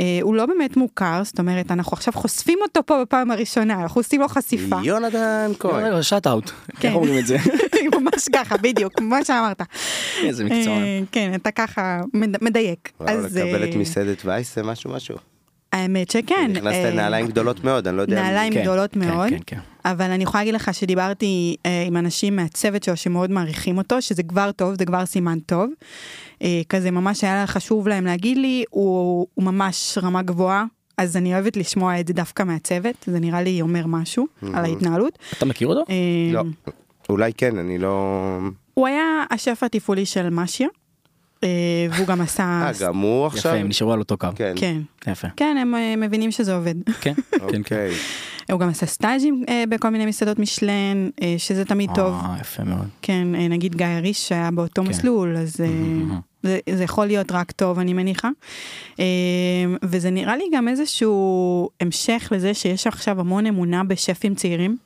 S1: אה, הוא לא באמת מוכר, זאת אומרת, אנחנו עכשיו חושפים אותו פה בפעם הראשונה, אנחנו עושים לו חשיפה.
S3: יונתן כהן.
S2: שאט אאוט,
S1: כן.
S2: איך אומרים את זה?
S1: ממש ככה, בדיוק, כמו שאמרת.
S2: איזה מקצוען.
S1: אה, כן, אתה ככה מד- מדייק.
S3: וואו, לא לקבל
S1: אה,
S3: את מסעדת וייס זה משהו משהו.
S1: האמת שכן.
S3: נכנסת
S1: אה,
S3: לנעליים גדולות מאוד, אני לא יודע.
S1: נעליים
S2: כן,
S1: גדולות
S2: כן,
S1: מאוד,
S2: כן, כן.
S1: אבל אני יכולה להגיד לך שדיברתי אה, עם אנשים מהצוות שלו שמאוד מעריכים אותו, שזה כבר טוב, זה כבר סימן טוב. אה, כזה ממש היה חשוב להם להגיד לי, הוא, הוא ממש רמה גבוהה, אז אני אוהבת לשמוע את זה דווקא מהצוות, זה נראה לי אומר משהו על ההתנהלות.
S2: אתה מכיר אותו?
S1: אה,
S3: Mhm. לא. אולי כן, אני לא...
S1: הוא היה השף התפעולי של משיה, אה, והוא גם עשה...
S3: אה, גם הוא
S2: יפה,
S3: עכשיו?
S2: הם נשארו על אותו קו.
S3: כן.
S1: כן.
S2: יפה.
S1: כן, הם אה, מבינים שזה עובד.
S2: כן, כן, כן.
S3: אוקיי.
S1: הוא גם עשה סטאז'ים אה, בכל מיני מסעדות משלן, אה, שזה תמיד טוב.
S2: אה, יפה מאוד.
S1: כן, אה, נגיד גיא הריש שהיה באותו
S2: כן.
S1: מסלול, אז אה,
S3: Mm-hmm.
S1: זה, זה יכול להיות רק טוב, אני מניחה. אה, וזה נראה לי גם איזשהו המשך לזה שיש עכשיו המון אמונה בשפים צעירים.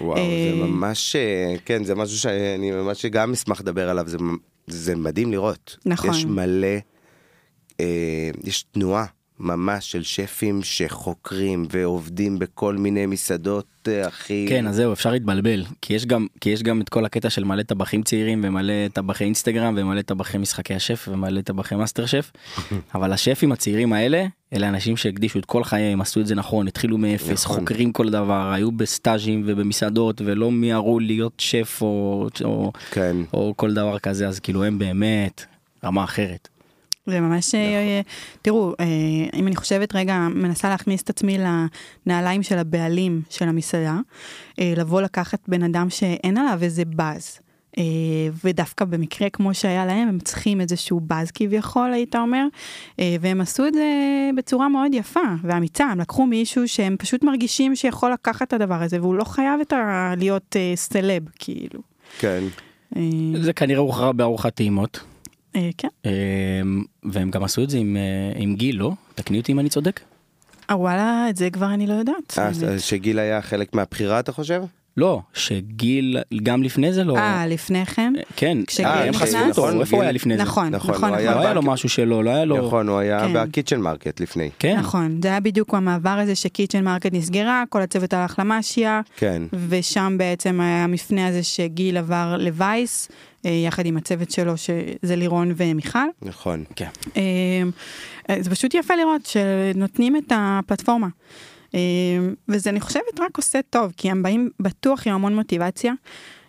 S3: וואו,
S1: אה,
S3: זה ממש, אה, כן, זה משהו שאני ממש גם אשמח לדבר עליו, זה, מ- זה מדהים לראות.
S1: נכון.
S3: יש מלא, אה, יש תנועה ממש של שפים שחוקרים ועובדים בכל מיני מסעדות אה, הכי...
S2: כן, אז זהו, אפשר להתבלבל, כי יש גם, כי יש גם את כל הקטע של מלא טבחים צעירים ומלא טבחי אינסטגרם ומלא טבחי משחקי השף ומלא טבחי מאסטר שף, אבל השפים הצעירים האלה, אלה אנשים שהקדישו את כל חייהם, עשו את זה נכון, התחילו מאפס,
S3: נכון.
S2: חוקרים כל דבר, היו בסטאז'ים ובמסעדות ולא מיהרו להיות שף או, או,
S3: כן.
S2: או כל דבר כזה, אז כאילו הם באמת רמה אחרת.
S1: זה ממש,
S3: נכון.
S1: אה, תראו, אה, אם אני חושבת רגע, מנסה להכניס את עצמי לנעליים של הבעלים של המסעדה, אה, לבוא לקחת בן אדם שאין עליו איזה באז. אה, ודווקא במקרה כמו שהיה להם, הם צריכים איזשהו באז כביכול, היית אומר, אה, והם עשו את זה בצורה מאוד יפה ואמיצה, הם לקחו מישהו שהם פשוט מרגישים שיכול לקחת את הדבר הזה, והוא לא חייב את ה... להיות אה, סלב, כאילו.
S3: כן.
S1: אה,
S2: זה כנראה הוכרע בארוחת טעימות,
S1: אה, כן.
S2: אמ, והם גם עשו את זה עם, אה, עם גיל, לא? תקני אותי אם אני צודק.
S1: אה, וואלה, את זה כבר אני לא יודעת.
S3: אה,
S1: האמת.
S3: אז שגיל היה חלק מהבחירה, אתה חושב?
S2: לא, שגיל גם לפני זה לא...
S1: אה, לפני כן?
S2: כן,
S1: כשגיל
S2: הם
S1: נכנס?
S2: חשפו
S3: נכון,
S2: אותו, איפה הוא היה
S3: גיל-
S2: לפני זה?
S1: נכון,
S3: נכון,
S1: נכון,
S3: הוא
S2: לא
S1: נכון.
S2: היה לו
S3: בק-
S2: משהו שלו, לא היה לו...
S3: נכון, הוא היה
S1: כן.
S3: בקיצ'ן מרקט לפני.
S2: כן,
S1: נכון, זה היה בדיוק המעבר הזה שקיצ'ן מרקט נסגרה, כל הצוות הלך למשיה,
S3: כן.
S1: ושם בעצם היה המפנה הזה שגיל עבר לווייס, אה, יחד עם הצוות שלו, שזה לירון ומיכל.
S3: נכון.
S2: כן.
S1: אה, אה, זה פשוט יפה לראות שנותנים את הפלטפורמה. אה, וזה, אני חושבת, רק עושה טוב, כי הם באים בטוח עם המון מוטיבציה,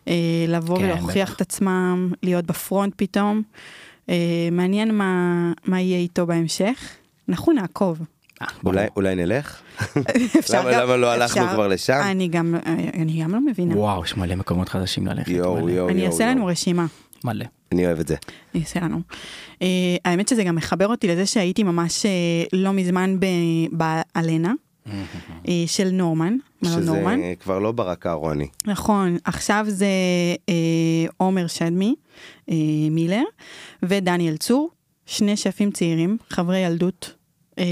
S1: אה, לבוא
S2: כן,
S1: ולהוכיח
S2: בטח.
S1: את עצמם, להיות בפרונט פתאום. אה, מעניין מה, מה יהיה איתו בהמשך. אנחנו נעקוב.
S2: אה, ברור.
S3: אולי, אולי נלך?
S1: אפשר
S3: למה-
S1: גם-
S3: למה לא הלכנו
S1: אפשר.
S3: כבר לשם?
S1: אני גם, אני גם לא מבינה.
S2: וואו, יש מלא מקומות חדשים ללכת.
S3: יואו,
S2: מלא.
S3: יואו, יואו.
S1: אני אעשה
S3: יואו.
S1: לנו רשימה.
S2: מלא.
S3: אני אוהב את זה.
S1: אני אעשה לנו. אה, האמת שזה גם מחבר אותי לזה שהייתי ממש אה, לא מזמן ב- באלנה, אה, של נורמן, מלון נורמן.
S3: שזה כבר לא ברק אהרוני.
S1: נכון, עכשיו זה אה, עומר שדמי, אה, מילר, ודניאל צור, שני שפים צעירים, חברי ילדות, אה,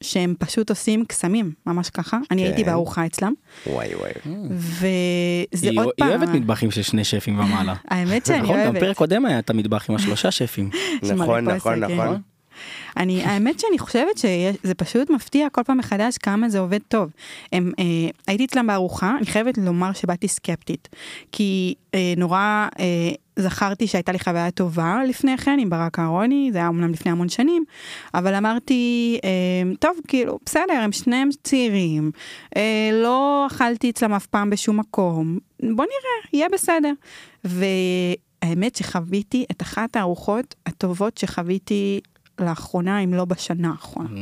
S1: שהם פשוט עושים קסמים, ממש ככה. אני
S3: כן.
S1: הייתי בארוחה אצלם,
S3: וואי וואי.
S1: אה, וזה
S2: Mm. היא
S1: עוד פעם...
S2: היא אוהבת מטבחים של שני שפים ומעלה.
S1: האמת שאני
S2: נכון, גם
S1: אוהבת.
S2: פרק קודם היה את המטבח עם השלושה שפים.
S1: של
S3: נכון,
S1: מריפסה,
S3: נכון,
S1: כן.
S3: נכון.
S1: אני, האמת שאני חושבת שזה פשוט מפתיע כל פעם מחדש כמה זה עובד טוב. הם, אה, הייתי אצלם בארוחה, אני חייבת לומר שבאתי סקפטית. כי אה, נורא אה, זכרתי שהייתה לי חוויה טובה לפני כן עם ברק אהרוני, זה היה אמנם לפני המון שנים, אבל אמרתי, אה, טוב, כאילו, בסדר, הם שניהם צעירים, אה, לא אכלתי אצלם אף פעם בשום מקום, בוא נראה, יהיה בסדר. והאמת שחוויתי את אחת הארוחות הטובות שחוויתי לאחרונה, אם לא בשנה האחרונה.
S2: Mm,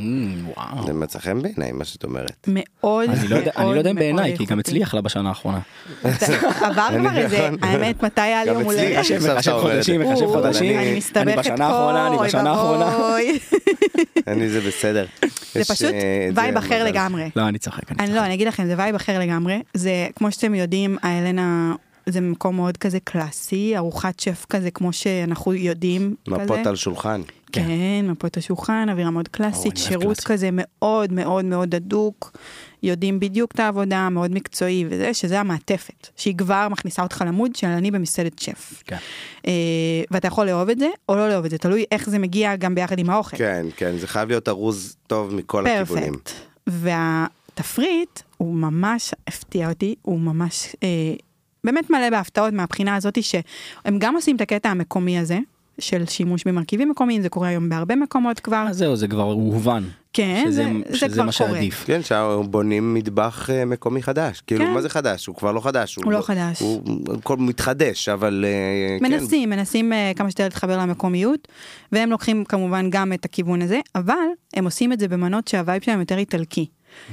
S2: וואו.
S3: זה
S1: נכון.
S3: מצא חן בעיניי מה שאת אומרת.
S1: מאוד
S2: אני לא יודע- אני לא יודע אם
S1: מאוד
S2: בעיניי, כי גם
S1: איכותי.
S2: אצלי אכלה בשנה האחרונה.
S1: עבר כבר איזה, האמת, מתי היה לי
S3: גם
S1: יום
S3: אצלי,
S1: הולדת?
S3: עכשיו
S2: מחשב
S3: שאתה אומר את
S2: חודשים,
S3: זה.
S2: מחשב
S1: אוי,
S2: חודשים.
S1: אני
S3: אני-
S1: מסתבכת פה,
S2: בשנה האחרונה, אני
S1: אוי
S2: בשנה האחרונה.
S1: ואבוי.
S3: אני זה בסדר.
S1: זה
S3: יש,
S1: פשוט
S3: אה, את
S1: וייב
S3: זה,
S1: אחר
S3: מזל.
S1: לגמרי.
S2: לא, אני צוחק. אני
S1: אני
S2: צוחק.
S1: לא, אני אגיד לכם, זה וייב אחר לגמרי. זה, כמו שאתם יודעים, האלנה זה מקום מאוד כזה קלאסי, ארוחת שף כזה כמו שאנחנו יודעים.
S3: מפות
S1: כזה.
S3: על שולחן.
S2: כן.
S1: כן, מפות השולחן, אווירה מאוד
S2: אוי, אני
S1: קלאסית,
S2: אוהב
S1: שירות
S2: קלאסי.
S1: כזה מאוד מאוד מאוד הדוק, יודעים בדיוק את העבודה, מאוד מקצועי וזה, שזה המעטפת, שהיא כבר מכניסה אותך למוד של אני במסעדת שף.
S2: כן.
S1: אה, ואתה יכול לאהוב את זה או לא לאהוב את זה, תלוי איך זה מגיע גם ביחד עם האוכל.
S3: כן, כן, זה חייב להיות ארוז טוב מכל הכיוונים.
S1: פרפקט. והתפריט, הוא ממש הפתיע אותי, הוא ממש אה, באמת מלא בהפתעות מהבחינה הזאת שהם גם עושים את הקטע המקומי הזה. של שימוש במרכיבים מקומיים, זה קורה היום בהרבה מקומות כבר.
S2: אז אה, זהו, זה כבר הובן.
S1: כן,
S2: שזה-
S1: זה- זה
S2: שזה
S1: כבר
S2: מה
S1: קורה.
S2: שעדיף.
S3: כן, שם בונים מטבח אה, מקומי חדש. כאילו,
S1: כן.
S3: מה זה חדש? הוא כבר לא חדש.
S1: הוא לא חדש.
S3: הוא הוא כל- מתחדש, אבל... אה, כן.
S1: מנסים, מנסים אה, כמה שיותר להתחבר למקומיות, והם לוקחים כמובן גם את הכיוון הזה, אבל הם עושים את זה במנות שהווייב שלהם יותר איטלקי.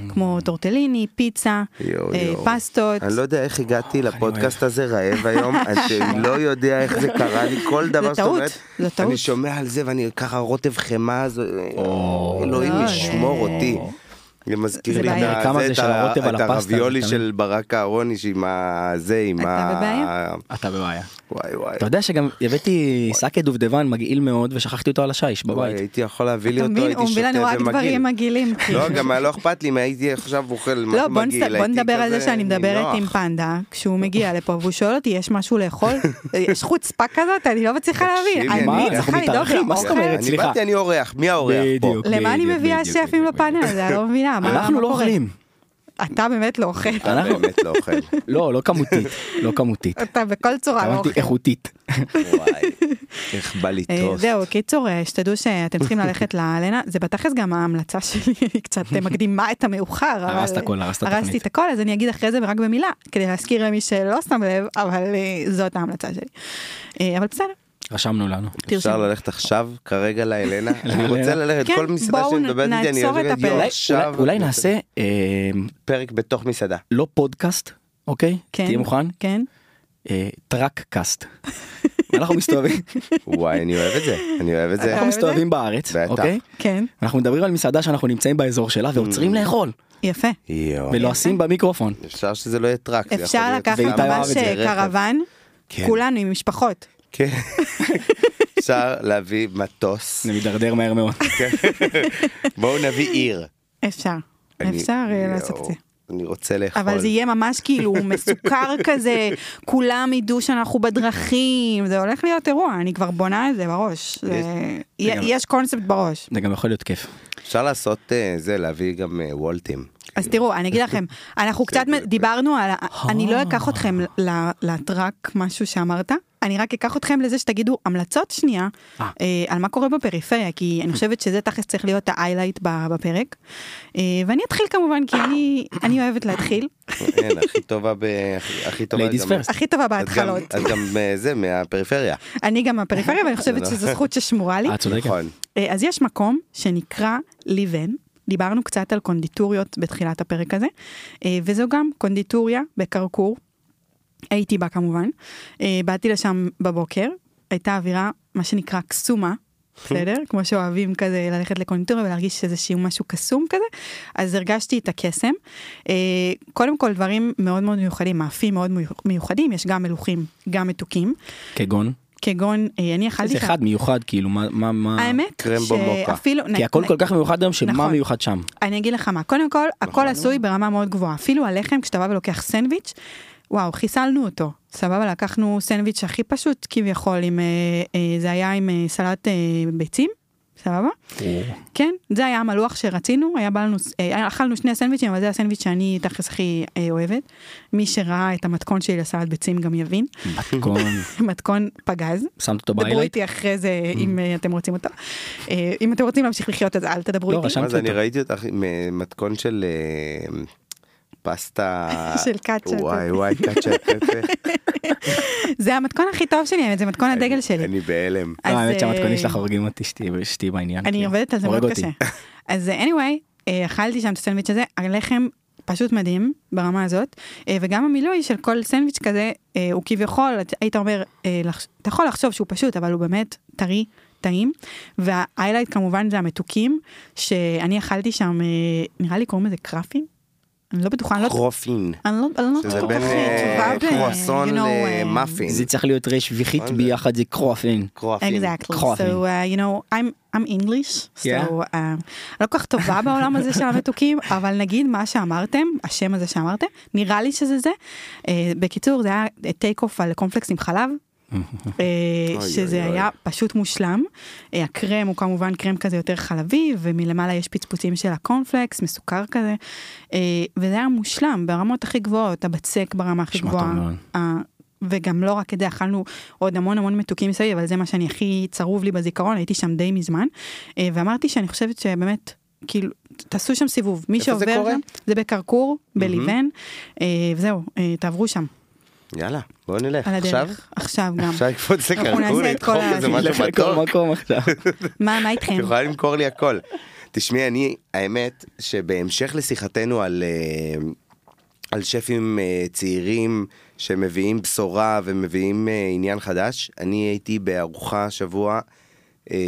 S1: כמו טורטליני, פיצה,
S3: Mm. יואו,
S1: אה,
S3: יואו.
S1: פסטות.
S3: אני לא יודע איך הגעתי
S2: אוח,
S3: לפודקאסט הזה רעב היום, אני לא יודע איך זה קרה לי, כל דבר
S1: טעות, זו טעות.
S3: אני שומע על זה ואני ככה רוטב חמאה, זה- אלוהים
S1: לא,
S3: ישמור
S1: זה-
S3: אותי. זה מזכיר
S1: זה
S3: לי את
S1: בעיה.
S3: ה-
S2: כמה זה
S3: את
S2: של
S3: ה-
S2: הרוטב על
S3: את
S2: הפסטה,
S3: הרביולי
S2: אתה
S3: של ברק אהרוני, עם ה... זה, עם
S1: אתה
S3: ה...
S1: בבעיה?
S2: אתה בבעיה.
S3: וואי וואי.
S2: אתה יודע שגם הבאתי שקה דובדבן מגעיל מאוד ושכחתי אותו על השיש
S3: וואי,
S2: בבית.
S3: הייתי יכול להביא לי
S1: אתה
S3: אותו,
S1: מבין,
S3: הייתי
S1: הוא מביא
S3: שותה
S1: לנו רק
S3: ומגעיל.
S1: דברים מגעילים. כאילו.
S3: אה, לא, גם היה לא אכפת לי אם הייתי עכשיו אוכל משהו מגעיל.
S1: לא, בוא נס- בוא
S3: הייתי
S1: נדבר על זה
S3: כזה
S1: שאני מדברת
S3: נינוח.
S1: עם פנדה, כשהוא מגיע לפה והוא שואל אותי, יש משהו לאכול? אה, יש חוצפה כזאת? אני לא מצליחה להבין.
S3: תקשיבי,
S2: מה,
S1: אני
S2: אנחנו
S1: צריכה לדאוג
S2: מתארחים, מה זאת
S1: לאוכל?
S2: אומרת?
S3: כן, אני
S2: סליחה.
S3: באתי, אני אורח, מי האורח פה?
S2: בדיוק.
S1: למה אני
S2: בדיוק,
S1: מביאה
S2: בדיוק,
S1: שפים
S2: בדיוק.
S1: לפאנל הזה? אני לא מבינה. מה-
S2: אנחנו
S1: מה
S2: לא
S1: קורה?
S2: אוכלים.
S1: אתה באמת לא אוכל.
S3: אתה באמת לא אוכל.
S2: לא, לא כמותית. לא כמותית.
S1: אתה בכל צורה לא
S2: אמרתי
S1: אוכל.
S2: איכותית.
S3: וואי, איך בא לי
S1: אה,
S3: טוסט.
S1: זהו, קיצור, אה, שתדעו שאתם צריכים ללכת ללנה, זה בתכלס גם ההמלצה שלי, היא קצת אה, מקדימה את המאוחר. אבל-
S2: הרסת הכל, הרסת את
S1: הרסתי
S2: התוכנית.
S1: את הכל, אז אני אגיד אחרי זה ורק במילה, כדי להזכיר למי שלא שם לב, אבל אה, זאת ההמלצה שלי. אה, אבל בסדר,
S2: רשמנו לנו.
S3: אפשר
S1: תרשמו.
S3: ללכת עכשיו, כרגע להלנה? אני רוצה ללכת,
S1: כן,
S3: כל מסעדה
S1: בואו
S3: שמדברת איתי, אני
S1: נעצור את
S3: אגיד, יואו,
S1: הפרק.
S2: אולי-
S3: עכשיו...
S2: אולי- אולי נעשה אה,
S3: פרק בתוך מסעדה.
S2: לא פודקאסט, אוקיי?
S1: כן.
S2: תהיה מוכן?
S1: כן.
S2: טראק קאסט. אנחנו מסתובבים,
S3: וואי, אני אוהב את זה, אני אוהב את זה.
S1: אוהב
S2: אנחנו
S1: את זה?
S2: מסתובבים בארץ,
S3: בטח.
S2: אוקיי?
S1: כן,
S2: אנחנו מדברים על מסעדה שאנחנו נמצאים באזור שלה
S3: Mm.
S2: ועוצרים לאכול
S3: אוקיי.
S1: יפה.
S3: יואו.
S2: ולועסים במיקרופון.
S3: אפשר שזה לא יהיה טראק. זה יכול
S1: אפשר
S3: להיות
S1: לקחת
S2: ואיתי
S3: סתם
S2: אוהב
S1: ממש
S2: את זה,
S1: אה,
S3: רכב.
S1: קרוון,
S3: כן.
S1: כולנו עם משפחות.
S3: כן. אפשר להביא מטוס.
S2: זה מידרדר מהר מאוד.
S3: בואו נביא עיר.
S1: אפשר,
S3: אני-
S1: אפשר אה,
S3: יואו,
S1: לעשות את זה.
S3: אני רוצה לאכול.
S1: אבל זה יהיה ממש כאילו מסוכר כזה, כולם ידעו שאנחנו בדרכים, זה הולך להיות אירוע, אני כבר בונה את זה בראש. זה-
S2: זה גם-
S1: יש קונספט בראש.
S2: זה גם יכול להיות כיף.
S3: אפשר לעשות אה, זה, להביא גם אה, וולטים.
S1: אז תראו, אני אגיד לכם, אנחנו קצת מ- דיברנו על, ה- אני לא אקח אתכם ל- לטראק משהו שאמרת, אני רק אקח אתכם לזה שתגידו המלצות שנייה
S2: אה.
S1: אה, על מה קורה בפריפריה, כי אני חושבת שזה תכלס צריך להיות האיילייט ב- בפרק. אה, ואני אתחיל כמובן, כי אני- אני אוהבת להתחיל,
S3: אין, הכי טובה ב... הכי- הכי טובה.
S2: Ladies
S3: גם-
S2: first.
S1: הכי טובה
S3: את גם-
S1: בהתחלות.
S3: את גם אה, זה, מהפריפריה.
S1: אני גם מהפריפריה, ואני חושבת שזו זכות ששמורה לי.
S2: אה, צודקת.
S3: נכון.
S1: אה, אז יש מקום שנקרא ליבן, דיברנו קצת על קונדיטוריות בתחילת הפרק הזה, אה, וזו גם קונדיטוריה בקרקור, הייתי בה כמובן, אה, באתי לשם בבוקר, הייתה אווירה, מה שנקרא קסומה. בסדר? כמו שאוהבים כזה ללכת לקונדיטוריה ולהרגיש איזשהו משהו קסום כזה, אז הרגשתי את הקסם. אה, קודם כל דברים מאוד מאוד מיוחדים, מאפים מאוד מיוחדים, יש גם מלוכים, גם מתוקים,
S2: כגון?
S1: כגון, אה, אני אכלתי
S2: זה
S1: שם-
S2: אחד מיוחד כאילו מה מה מה
S1: האמת,
S3: קרם במוקה.
S1: שאפילו,
S2: כי הכל כל נכון. כך מיוחד היום שמה
S1: נכון.
S2: מיוחד שם.
S1: אני אגיד לך מה, קודם כל, הכל עשוי ברמה מאוד גבוהה. אפילו הלחם, כשאתה בא ולוקח סנדוויץ', וואו, חיסלנו אותו. סבבה, לקחנו סנדוויץ' הכי פשוט כביכול, עם, אה, אה, זה היה עם אה, סלט אה, ביצים, סבבה? כן, זה היה המלוח שרצינו, היה בא לנו, אה, אכלנו שני סנדוויצ'ים, אבל זה הסנדוויץ' שאני תכלס הכי אה, אוהבת. מי שראה את המתכון שלי לסלט ביצים גם יבין,
S2: מתכון.
S1: מתכון פגז.
S2: שמת אותו
S1: דברו
S2: באיילייט?
S1: איתי אחרי זה אם אה, אתם רוצים אותו. אה, אם אתם רוצים להמשיך לחיות אז אל תדברו
S2: לא,
S1: איתי.
S2: רשמתי
S3: אז אני
S2: אותו.
S3: ראיתי אותך עם אה, מתכון של אה, פסטה.
S1: של קאצ'ה.
S3: וואי וואי, קאצ'ה פפה.
S1: זה המתכון הכי טוב שלי, האמת, זה מתכון הדגל שלי.
S3: אני בהלם.
S2: לא,
S1: אז,
S2: האמת
S1: אה,
S2: שהמתכונים שלך הורגים אותי שתהיי- שתהיי בעניין.
S1: אני
S2: כאילו.
S1: עובדת על זה
S2: הורג
S1: מאוד
S2: אותי.
S1: קשה. אז אה, anyway, אה, אכלתי שם את הסנדוויץ' הזה, הלחם פשוט מדהים ברמה הזאת, אה, וגם המילוי של כל סנדוויץ' כזה, אה, הוא כביכול, את- היית אומר, אה, לחש- אתה יכול לחשוב שהוא פשוט, אבל הוא באמת טרי. טעים, וההיילייט כמובן זה המתוקים, שאני אכלתי שם, אה, נראה לי קוראים לזה קרפים? אני לא בטוחה, אני לא...
S3: קרופין.
S1: אני לא, אני לא
S3: שזה
S1: כל
S3: בין
S1: כך
S3: אה,
S1: אה, טובה ב...
S3: קרואסון
S1: you know, אה,
S3: למאפין.
S2: זה צריך להיות רש
S3: מה
S2: וחית
S3: זה?
S2: ביחד זה קרואפין.
S3: קרואפין.
S1: אה, Exactly.
S2: Coffee.
S1: So, uh, you know, I'm, I'm English, so,
S2: Yeah.
S1: uh, אני לא כל כך טובה בעולם הזה של המתוקים, אבל נגיד מה שאמרתם, השם הזה שאמרתם, נראה לי שזה זה. Uh, בקיצור, זה היה טייק אוף על קונפלקס עם חלב. אה,
S3: אוי,
S1: שזה
S3: אוי, אוי.
S1: היה פשוט מושלם. אה, הקרם הוא כמובן קרם כזה יותר חלבי, ומלמעלה יש פצפוצים של הקורנפלקס, מסוכר כזה. אה, וזה היה מושלם ברמות הכי גבוהות, הבצק ברמה הכי
S2: נשמע
S1: גבוהה.
S2: טוב מאוד.
S1: אה, וגם לא רק את זה, אכלנו עוד המון המון מתוקים מסביב, אבל זה מה שאני הכי צרוב לי בזיכרון, הייתי שם די מזמן. אה, ואמרתי שאני חושבת שבאמת, כאילו, תעשו שם סיבוב. מי
S3: איפה זה
S1: שעובר
S3: קורה?
S1: שם, זה בקרקור, בליבן, אה, וזהו, אה, תעברו שם,
S3: יאללה, בואו נלך.
S1: על
S3: עכשיו?
S1: הדרך. עכשיו גם.
S3: אפשר לקפוץ
S1: אנחנו
S3: לקרקור,
S1: נעשה את כל
S3: לדחוף איזה
S1: ה-
S3: משהו
S2: לך לכל
S3: מתוק.
S2: מקום עכשיו.
S1: מה, מה
S3: את
S1: איתכם?
S3: יכולה למכור לי הכל. תשמעי, אני, האמת, שבהמשך לשיחתנו על, אה, על שפים אה, צעירים שמביאים בשורה ומביאים אה, עניין חדש, אני הייתי בארוחה השבוע אה,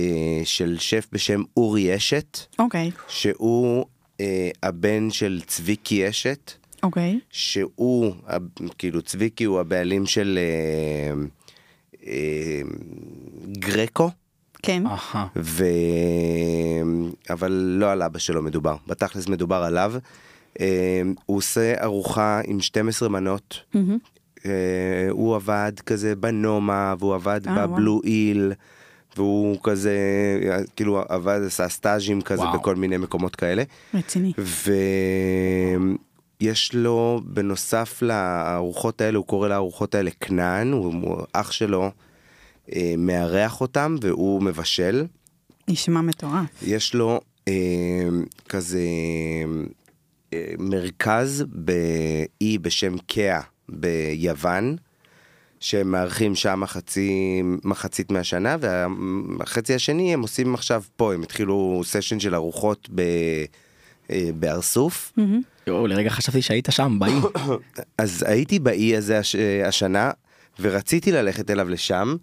S3: של שף בשם אורי אשת,
S1: אוקיי,
S3: שהוא אה, הבן של צביקי אשת.
S1: אוקיי.
S3: שהוא, הב- כאילו צביקי הוא הבעלים של אה, אה, גרקו,
S1: כן.
S3: אה.
S2: אהה.
S3: ו... אבל לא על אבא שלו מדובר, בתכלס מדובר עליו. אה, הוא עושה ארוחה עם 12 מנות,
S1: מהמם.
S3: אה, הוא עבד כזה בנומה, והוא עבד
S1: אה, וואו.
S3: בבלו איל, והוא כזה, אה, כאילו עבד, עשה סטאז'ים כזה
S2: וואו.
S3: בכל מיני מקומות כאלה.
S1: רציני.
S3: ויש לו, בנוסף לארוחות האלה, הוא קורא לארוחות האלה כנען, הוא, הוא אח שלו אה, מארח אותם והוא מבשל.
S1: נשמע מטורף.
S3: יש לו אה, כזה אה, מרכז באי בשם קאה ביוון. שמארחים שם מחצי, מחצית מהשנה, והחצי השני הם עושים עכשיו פה, הם התחילו סשן של ארוחות ב, אה, בארסוף.
S1: מהמם.
S2: יואו, לרגע חשבתי שהיית שם, באי.
S3: אה, אז הייתי באי הזה הש... אה, השנה, ורציתי ללכת אליו לשם,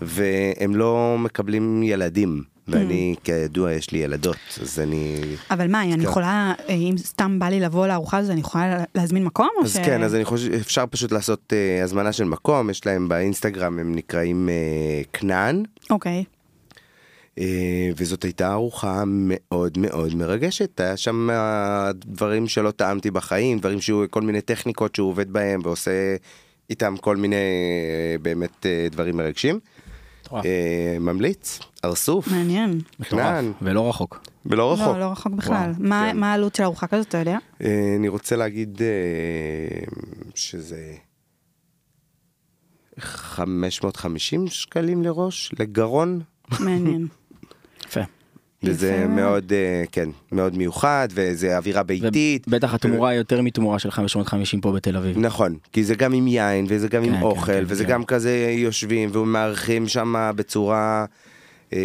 S3: והם לא מקבלים ילדים. ואני, כידוע, יש לי ילדות, אז אני...
S1: אבל מה, אני
S3: כן.
S1: יכולה, אה, אם סתם בא לי לבוא לארוחה הזאת, אני יכולה לה- להזמין מקום? או
S3: אז
S1: ש-
S3: כן, אז אני חושב, אפשר פשוט לעשות אה, הזמנה של מקום, יש להם באינסטגרם, הם נקראים אה, כנען,
S1: אוקיי.
S3: אה, וזאת הייתה ארוחה מאוד מאוד מרגשת. היה שם אה, דברים שלא טעמתי בחיים, דברים שהוא, כל מיני טכניקות שהוא עובד בהם ועושה איתם כל מיני אה, באמת אה, דברים מרגשים.
S2: מטורף.
S3: אה, ממליץ, ארסוף,
S1: מעניין.
S2: מטורף.
S3: כנען,
S2: ולא רחוק.
S3: ולא רחוק.
S1: לא, לא רחוק בכלל.
S2: וואו,
S1: מה-
S3: כן.
S1: מה העלות של ארוחה כזאת, אתה יודע?
S3: אה, אני רוצה להגיד אה, שזה 550 שקלים לראש, לגרון,
S1: מעניין.
S2: יפה.
S3: וזה
S1: יפה מאוד.
S3: מאוד, אה, כן, מאוד מיוחד, וזה אווירה ביתית.
S2: ובטח התמורה היא יותר מתמורה של 550 פה בתל אביב.
S3: נכון, כי זה גם עם יין, וזה גם
S2: כן,
S3: עם
S2: כן,
S3: אוכל,
S2: כן,
S3: וזה
S2: כן.
S3: גם כזה יושבים ומארחים שם בצורה אה,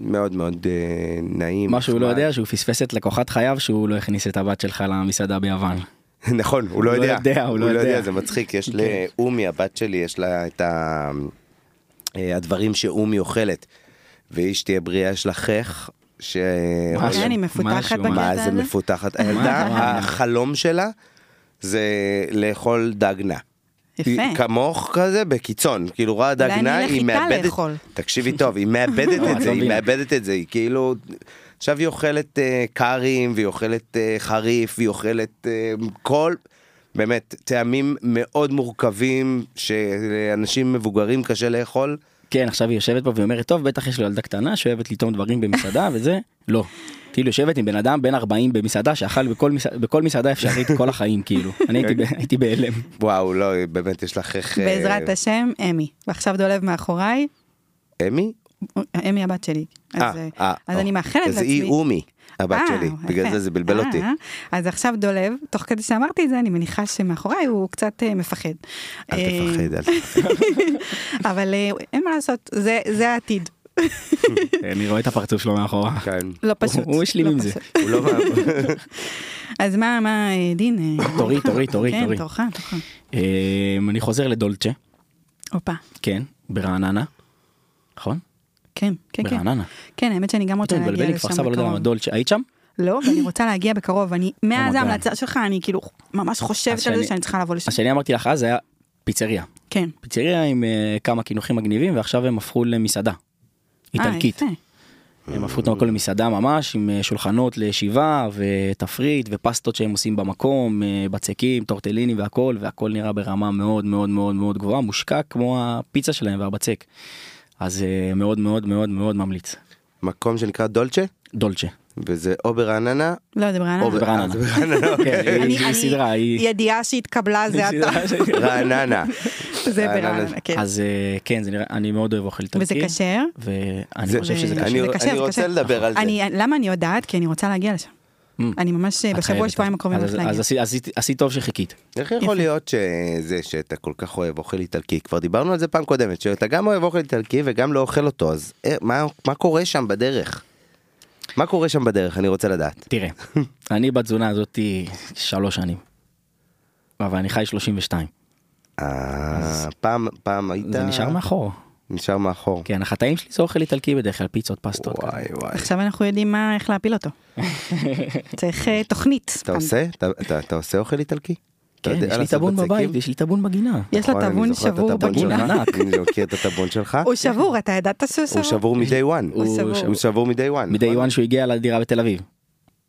S3: מאוד מאוד אה, נעים.
S2: מה שהוא לא
S3: נחמד.
S2: יודע שהוא פספס את לקוחת חייו שהוא לא הכניס את הבת שלך למסעדה ביוון.
S3: נכון, הוא לא
S2: הוא לא
S3: יודע.
S2: יודע, הוא לא יודע.
S3: זה מצחיק, יש
S2: כן.
S3: לאומי, הבת שלי, יש לה את ה... אה, הדברים שאומי אוכלת. והיא שתהיה בריאה, יש לה חך, ש... אוקיי.
S2: מה
S1: כן,
S2: משהו,
S1: היא מפותחת
S2: משהו,
S1: בקטע
S3: מה
S1: הזה.
S3: זה מפותחת? הילדה,
S2: מה?
S3: החלום שלה זה לאכול דגנה. היא
S1: יפה.
S3: כמוך כזה בקיצון, כאילו רואה
S1: אולי
S3: דגנה,
S1: אני אלך
S3: היא
S1: איתה
S3: מאבדת,
S1: לאכול.
S3: תקשיבי טוב, היא מאבדת
S2: לא,
S3: את
S2: את
S3: זה,
S2: לא
S3: היא
S2: מבינה.
S3: מאבדת את זה, היא כאילו, עכשיו היא אוכלת אה, קרים, והיא אוכלת אה, חריף, והיא אוכלת אה, כל, באמת, טעמים מאוד מורכבים שאנשים מבוגרים קשה לאכול,
S2: כן עכשיו היא יושבת פה ואומרת טוב בטח יש לו ילדה קטנה שאוהבת לטעום דברים במסעדה וזה לא. כאילו יושבת עם בן אדם בן 40 במסעדה שאכל בכל מסעדה, בכל מסעדה אפשרית כל החיים כאילו אני הייתי, ב- הייתי בהלם.
S3: וואו, לא, באמת יש לך איך... אה,
S1: בעזרת השם, אמי. ועכשיו דולב מאחוריי,
S3: אמי?
S1: אמי הבת שלי. אז, אה,
S3: אה,
S1: אז
S3: אה.
S1: אני מאחלת
S3: אז
S1: לעצמי.
S3: היא אומי, הבת
S1: אה,
S3: שלי,
S1: יפה.
S3: בגלל זה זה בלבל אותי.
S1: אה, אז עכשיו דולב, תוך כדי שאמרתי את זה, אני מניחה שמאחוריי הוא קצת אה, מפחד.
S3: אל
S1: אה,
S3: תפחד, אל תפחד.
S1: אבל אה, אין מה לעשות, זה- זה העתיד.
S2: אני רואה את הפרצוף שלו מאחורה.
S3: כן.
S1: לא פשוט.
S2: הוא השלים
S1: לא
S2: עם זה.
S1: פשוט.
S3: הוא לא...
S1: אז מה, מה, אה, דין? אה,
S2: תורי, תורי, תורי,
S1: כן,
S2: תורי.
S1: תורך, תורך.
S2: אה, אני חוזר לדולצ'ה
S1: הופה.
S2: כן ברעננה. נכון?
S1: כן, כן, כן.
S2: ברעננה.
S1: כן, האמת שאני גם רוצה
S2: פתאום
S1: להגיע
S2: מבלבל לי כפר
S1: לשם
S2: סבא לא יודע לא למה
S1: בקרוב.
S2: דולצ'ה היית שם?
S1: לא, ואני רוצה להגיע בקרוב, אני, מאז
S2: אומייגאד.
S1: ההמלצה שלך, אני כאילו ממש חושבת על
S2: השני-
S1: זה שאני צריכה לבוא לשם.
S2: מה שאני אמרתי לך אז זה היה פיצריה.
S1: כן.
S2: פיצריה עם אה, כמה קינוחים מגניבים ועכשיו הם הפכו למסעדה. איטלקית.
S1: אה, יפה.
S2: הם הפכו את המקום למסעדה ממש עם אה, שולחנות לישיבה ותפריט ופסטות שהם עושים במקום, אה, בצקים, טורטלינים והכל והכל נראה ברמה מאוד מאוד מאוד מאוד גבוהה, מושקע כמו הפיצה שלהם והבצק. אז אה, מאוד מאוד מאוד מאוד ממליץ.
S3: מקום שנקרא דולצ'ה,
S2: דולצ'ה.
S3: וזה או ברעננה,
S1: לא, אה, זה ברעננה.
S3: או
S2: ברעננה.
S3: אה, זה ברעננה, אוקיי.
S2: כן,
S1: אני-
S2: היא- היא
S1: אני-
S2: סדרה, היא...
S1: ידיעה שהתקבלה זה
S2: היא
S1: אתה.
S2: סדרה ש-
S3: רעננה.
S1: זה
S3: רעננה.
S1: ברעננה, כן.
S2: לא. אז אה, כן, זה נראה, אני מאוד אוהב אוכל איטלקי.
S1: וזה כשר?
S2: ואני
S3: זה-
S2: חושב שזה
S1: זה-
S2: קשה.
S3: אני-
S1: זה קשה,
S3: אני
S1: זה
S3: רוצה
S1: קשה.
S3: לדבר על זה.
S1: אני, למה אני יודעת? כי אני רוצה להגיע לשם.
S2: Mm.
S1: אני ממש
S2: את
S1: אה, בשבוע
S2: חייבת.
S1: שבועיים הקרובים
S2: אז-
S1: הולכת להגיע.
S2: אז עשית- עשית- עשית טוב שחיכית.
S3: איך יכול להיות שזה שאתה כל כך אוהב אוכל איטלקי? כבר דיברנו על זה פעם קודמת, שאתה גם אוהב אוכל איטלקי וגם לא אוכל אותו, אז אה, מה- מה קורה שם בדרך? מה קורה שם בדרך? אני רוצה לדעת.
S2: תראה, אני בתזונה הזאת שלוש שנים. אבל אני חי 32.
S3: אה, פעם, פעם היית...
S2: זה נשאר מאחור.
S3: נשאר מאחור.
S2: כן, החטאים שלי זה אוכל איטלקי בדרך כלל, פיצות, פסטות.
S3: וואי
S2: כזה.
S3: וואי.
S1: עכשיו אנחנו יודעים מה, איך להפיל אותו. צריך אה, תוכנית.
S3: אתה עושה? אתה- אתה- אתה עושה אוכל איטלקי?
S2: כן,
S3: אתה יודע
S2: יש לי
S3: לעשות
S2: טאבון
S3: בצקים?
S2: בבית, יש לי טאבון בגינה.
S1: יש לו
S3: נכון, אני
S1: טאבון
S3: זוכר את
S1: שבור
S3: הטאבון
S2: בגינה.
S3: שלך.
S2: ענק.
S3: אני מכיר את הטאבון שלך.
S1: הוא שבור, אתה ידעת שהוא
S3: הוא
S1: שבור?
S3: שבור מ-day one.
S2: הוא
S1: שבור.
S3: הוא שבור מ-day one.
S2: מדי
S3: נכון?
S2: יואן שהוא הגיע לדירה בתל אביב. כי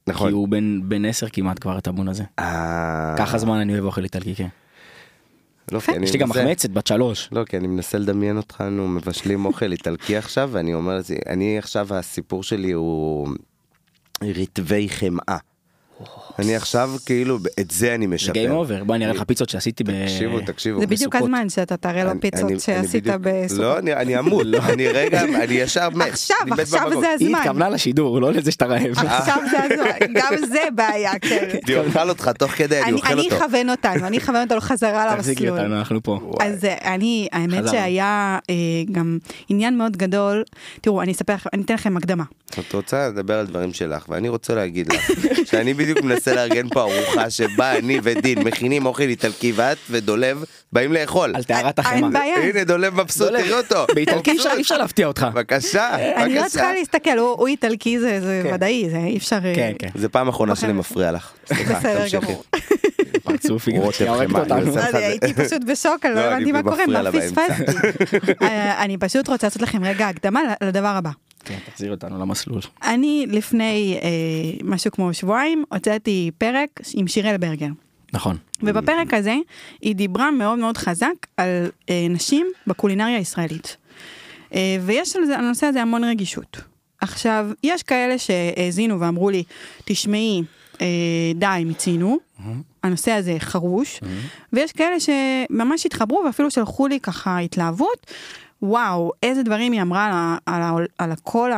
S3: נכון.
S2: הוא בן- בן 10 כמעט כבר הטאבון הזה.
S3: אה,
S2: ככה זמן אני אוהב אוכל איטלקי, כן.
S3: לא, כי אני
S2: יש לי גם
S3: מנסה-
S2: מחמצת בת שלוש.
S3: לא, כי אני מנסה לדמיין אותנו מבשלים אוכל איטלקי עכשיו, ואני אומר, זה- אני עכשיו, הסיפור שלי הוא רטבי חמאה. אני עכשיו, כאילו, את זה אני
S2: זה
S3: משפר.
S2: גיים אובר, בוא אני אראה לך פיצות שעשיתי ב...
S3: תקשיבו, תקשיבו.
S1: זה בדיוק
S2: בסוכות.
S1: הזמן שאתה תראה לו
S3: אני- אני-
S1: פיצות
S3: אני
S1: שעשית
S3: בדיוק-
S1: בסוכות.
S3: לא, אני- אני אמות, אני רגע, אני ישר מת.
S1: עכשיו,
S3: אני מת
S1: עכשיו
S3: במקום.
S1: זה
S2: היא
S1: הזמן.
S2: התכוונה לשידור, לא לזה שאתה רעב.
S1: עכשיו זה הזמן. גם זה בעיה, כן.
S3: אני אוכל אותך תוך כדי, אני
S1: אני
S3: אוכל
S1: אני
S3: אותו.
S1: אכוון אותנו, אני אכוון אותנו חזרה
S2: תחזיקי
S1: למסלול.
S2: אותנו, אנחנו פה.
S3: וואי.
S1: אז אה, אני, האמת
S2: חזרנו.
S1: שהיה אה, גם עניין מאוד גדול, תראו, אני אספר לכם, אני אתן לכם הקדמה.
S3: את רוצה לדבר על דברים שלך, ואני רוצה להגיד לך שאני בדיוק מנסה לארגן פה ארוחה שבה אני ודין מכינים אוכל איטלקי ואת ודולב באים לאכול.
S2: על טהרת
S1: אה, אין
S2: החמאה.
S1: בעיה.
S3: הנה דולב
S1: לא
S3: מבסוט,
S2: דולב.
S3: תראי אותו.
S2: באיטלקי אי אפשר- אי
S3: מבסוט.
S2: אפשר להפתיע אותך.
S3: בבקשה,
S1: אני לא
S3: בבקשה.
S1: צריכה להסתכל, הוא הוא איטלקי זה- זה
S2: כן.
S1: ודאי, זה אי אפשר... אה,
S2: כן, כן.
S3: זה פעם אחרונה
S1: בחיים.
S3: שאני מפריע לך. סליחה,
S1: אוקיי. בסדר
S3: תמשיכי.
S1: גמור.
S2: פרצופי,
S3: רוטב
S2: שנייה, הורגת
S3: חמאה,
S2: אותנו.
S3: אני עושה-
S1: אני לא הייתי פשוט בשוק, אני לא
S3: לא, אני
S1: הבנתי מה קורה,
S3: מפריע
S1: מה
S3: לה באמצע.
S1: פספסתי. אה, אני פשוט רוצה לעשות לכם רגע הקדמה ל- לדבר הבא.
S2: כן, תחזיר אותנו למסלול.
S1: אני לפני אה, משהו כמו שבועיים הוצאתי פרק עם שיראל ברגר.
S2: נכון.
S1: ובפרק הזה היא דיברה מאוד מאוד חזק על אה, נשים בקולינריה הישראלית. אה, ויש על זה- על הנושא הזה המון רגישות. עכשיו, יש כאלה שהאזינו ואמרו לי, תשמעי, אה, די, מיצינו, הנושא הזה חרוש, ויש כאלה שממש התחברו ואפילו שלחו לי ככה התלהבות, וואו, איזה דברים היא אמרה על, ה- על, ה- על כל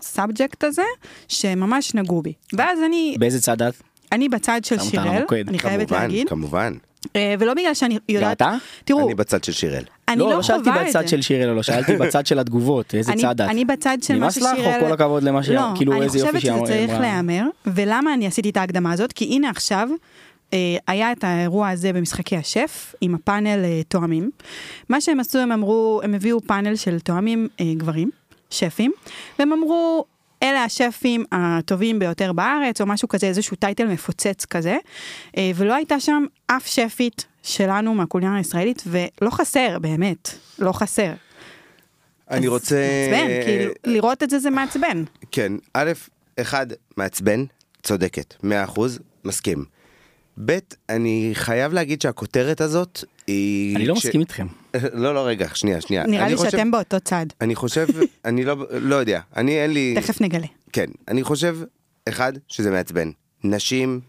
S1: הסאבג'קט הזה, שממש נגעו בי. ואז אני,
S2: באיזה צד את?
S1: אני בצד של
S2: שמת על
S1: שיראל,
S2: המוקד.
S1: אני חייבת
S3: כמובן,
S1: להגיד.
S3: כמובן.
S1: אה, ולא בגלל שאני יודעת,
S2: אתה?
S1: תראו,
S3: אני בצד של שיראל.
S1: אני לא
S2: לא שאלתי
S1: חווה את זה.
S2: בצד של שיראל, לא, שאלתי בצד של התגובות, אוקיי, איזה
S1: אני-
S2: צד את?
S1: אני בצד של מה
S2: נמאס לך
S1: ששיראל-
S2: או כל הכבוד למה ש...
S1: לא,
S2: כאילו
S1: אני
S2: איזה יופי
S1: חושבת
S2: שהיא
S1: שזה
S2: אמרה.
S1: צריך להיאמר, ולמה אני עשיתי את ההקדמה הזאת? כי הנה עכשיו, אה, היה את האירוע הזה במשחקי השף, עם הפאנל אה, תואמים. מה שהם עשו, הם אמרו, הם הביאו פאנל של תואמים אה, גברים, שפים, והם אמרו... אלה השפים הטובים ביותר בארץ, או משהו כזה, איזשהו טייטל מפוצץ כזה. אה, ולא הייתה שם אף שפית שלנו מהקולינריה הישראלית, ולא חסר, באמת, לא חסר.
S3: אני
S1: אז
S3: רוצה...
S1: מעצבן, כאילו, לראות את זה זה מעצבן.
S3: כן, א', אחד, מעצבן, צודקת, 100%, מסכים. ב', אני חייב להגיד שהכותרת הזאת היא...
S2: אני לא
S3: ש-
S2: מסכים איתכם.
S3: לא, לא, רגע, שנייה, שנייה.
S1: נראה
S3: אני
S1: לי
S3: חושב-
S1: שאתם באותו צד,
S3: אני חושב, אני לא, לא יודע, אני אין לי...
S1: תכף נגלה.
S3: כן, אני חושב, אחד, שזה מעצבן. נשים,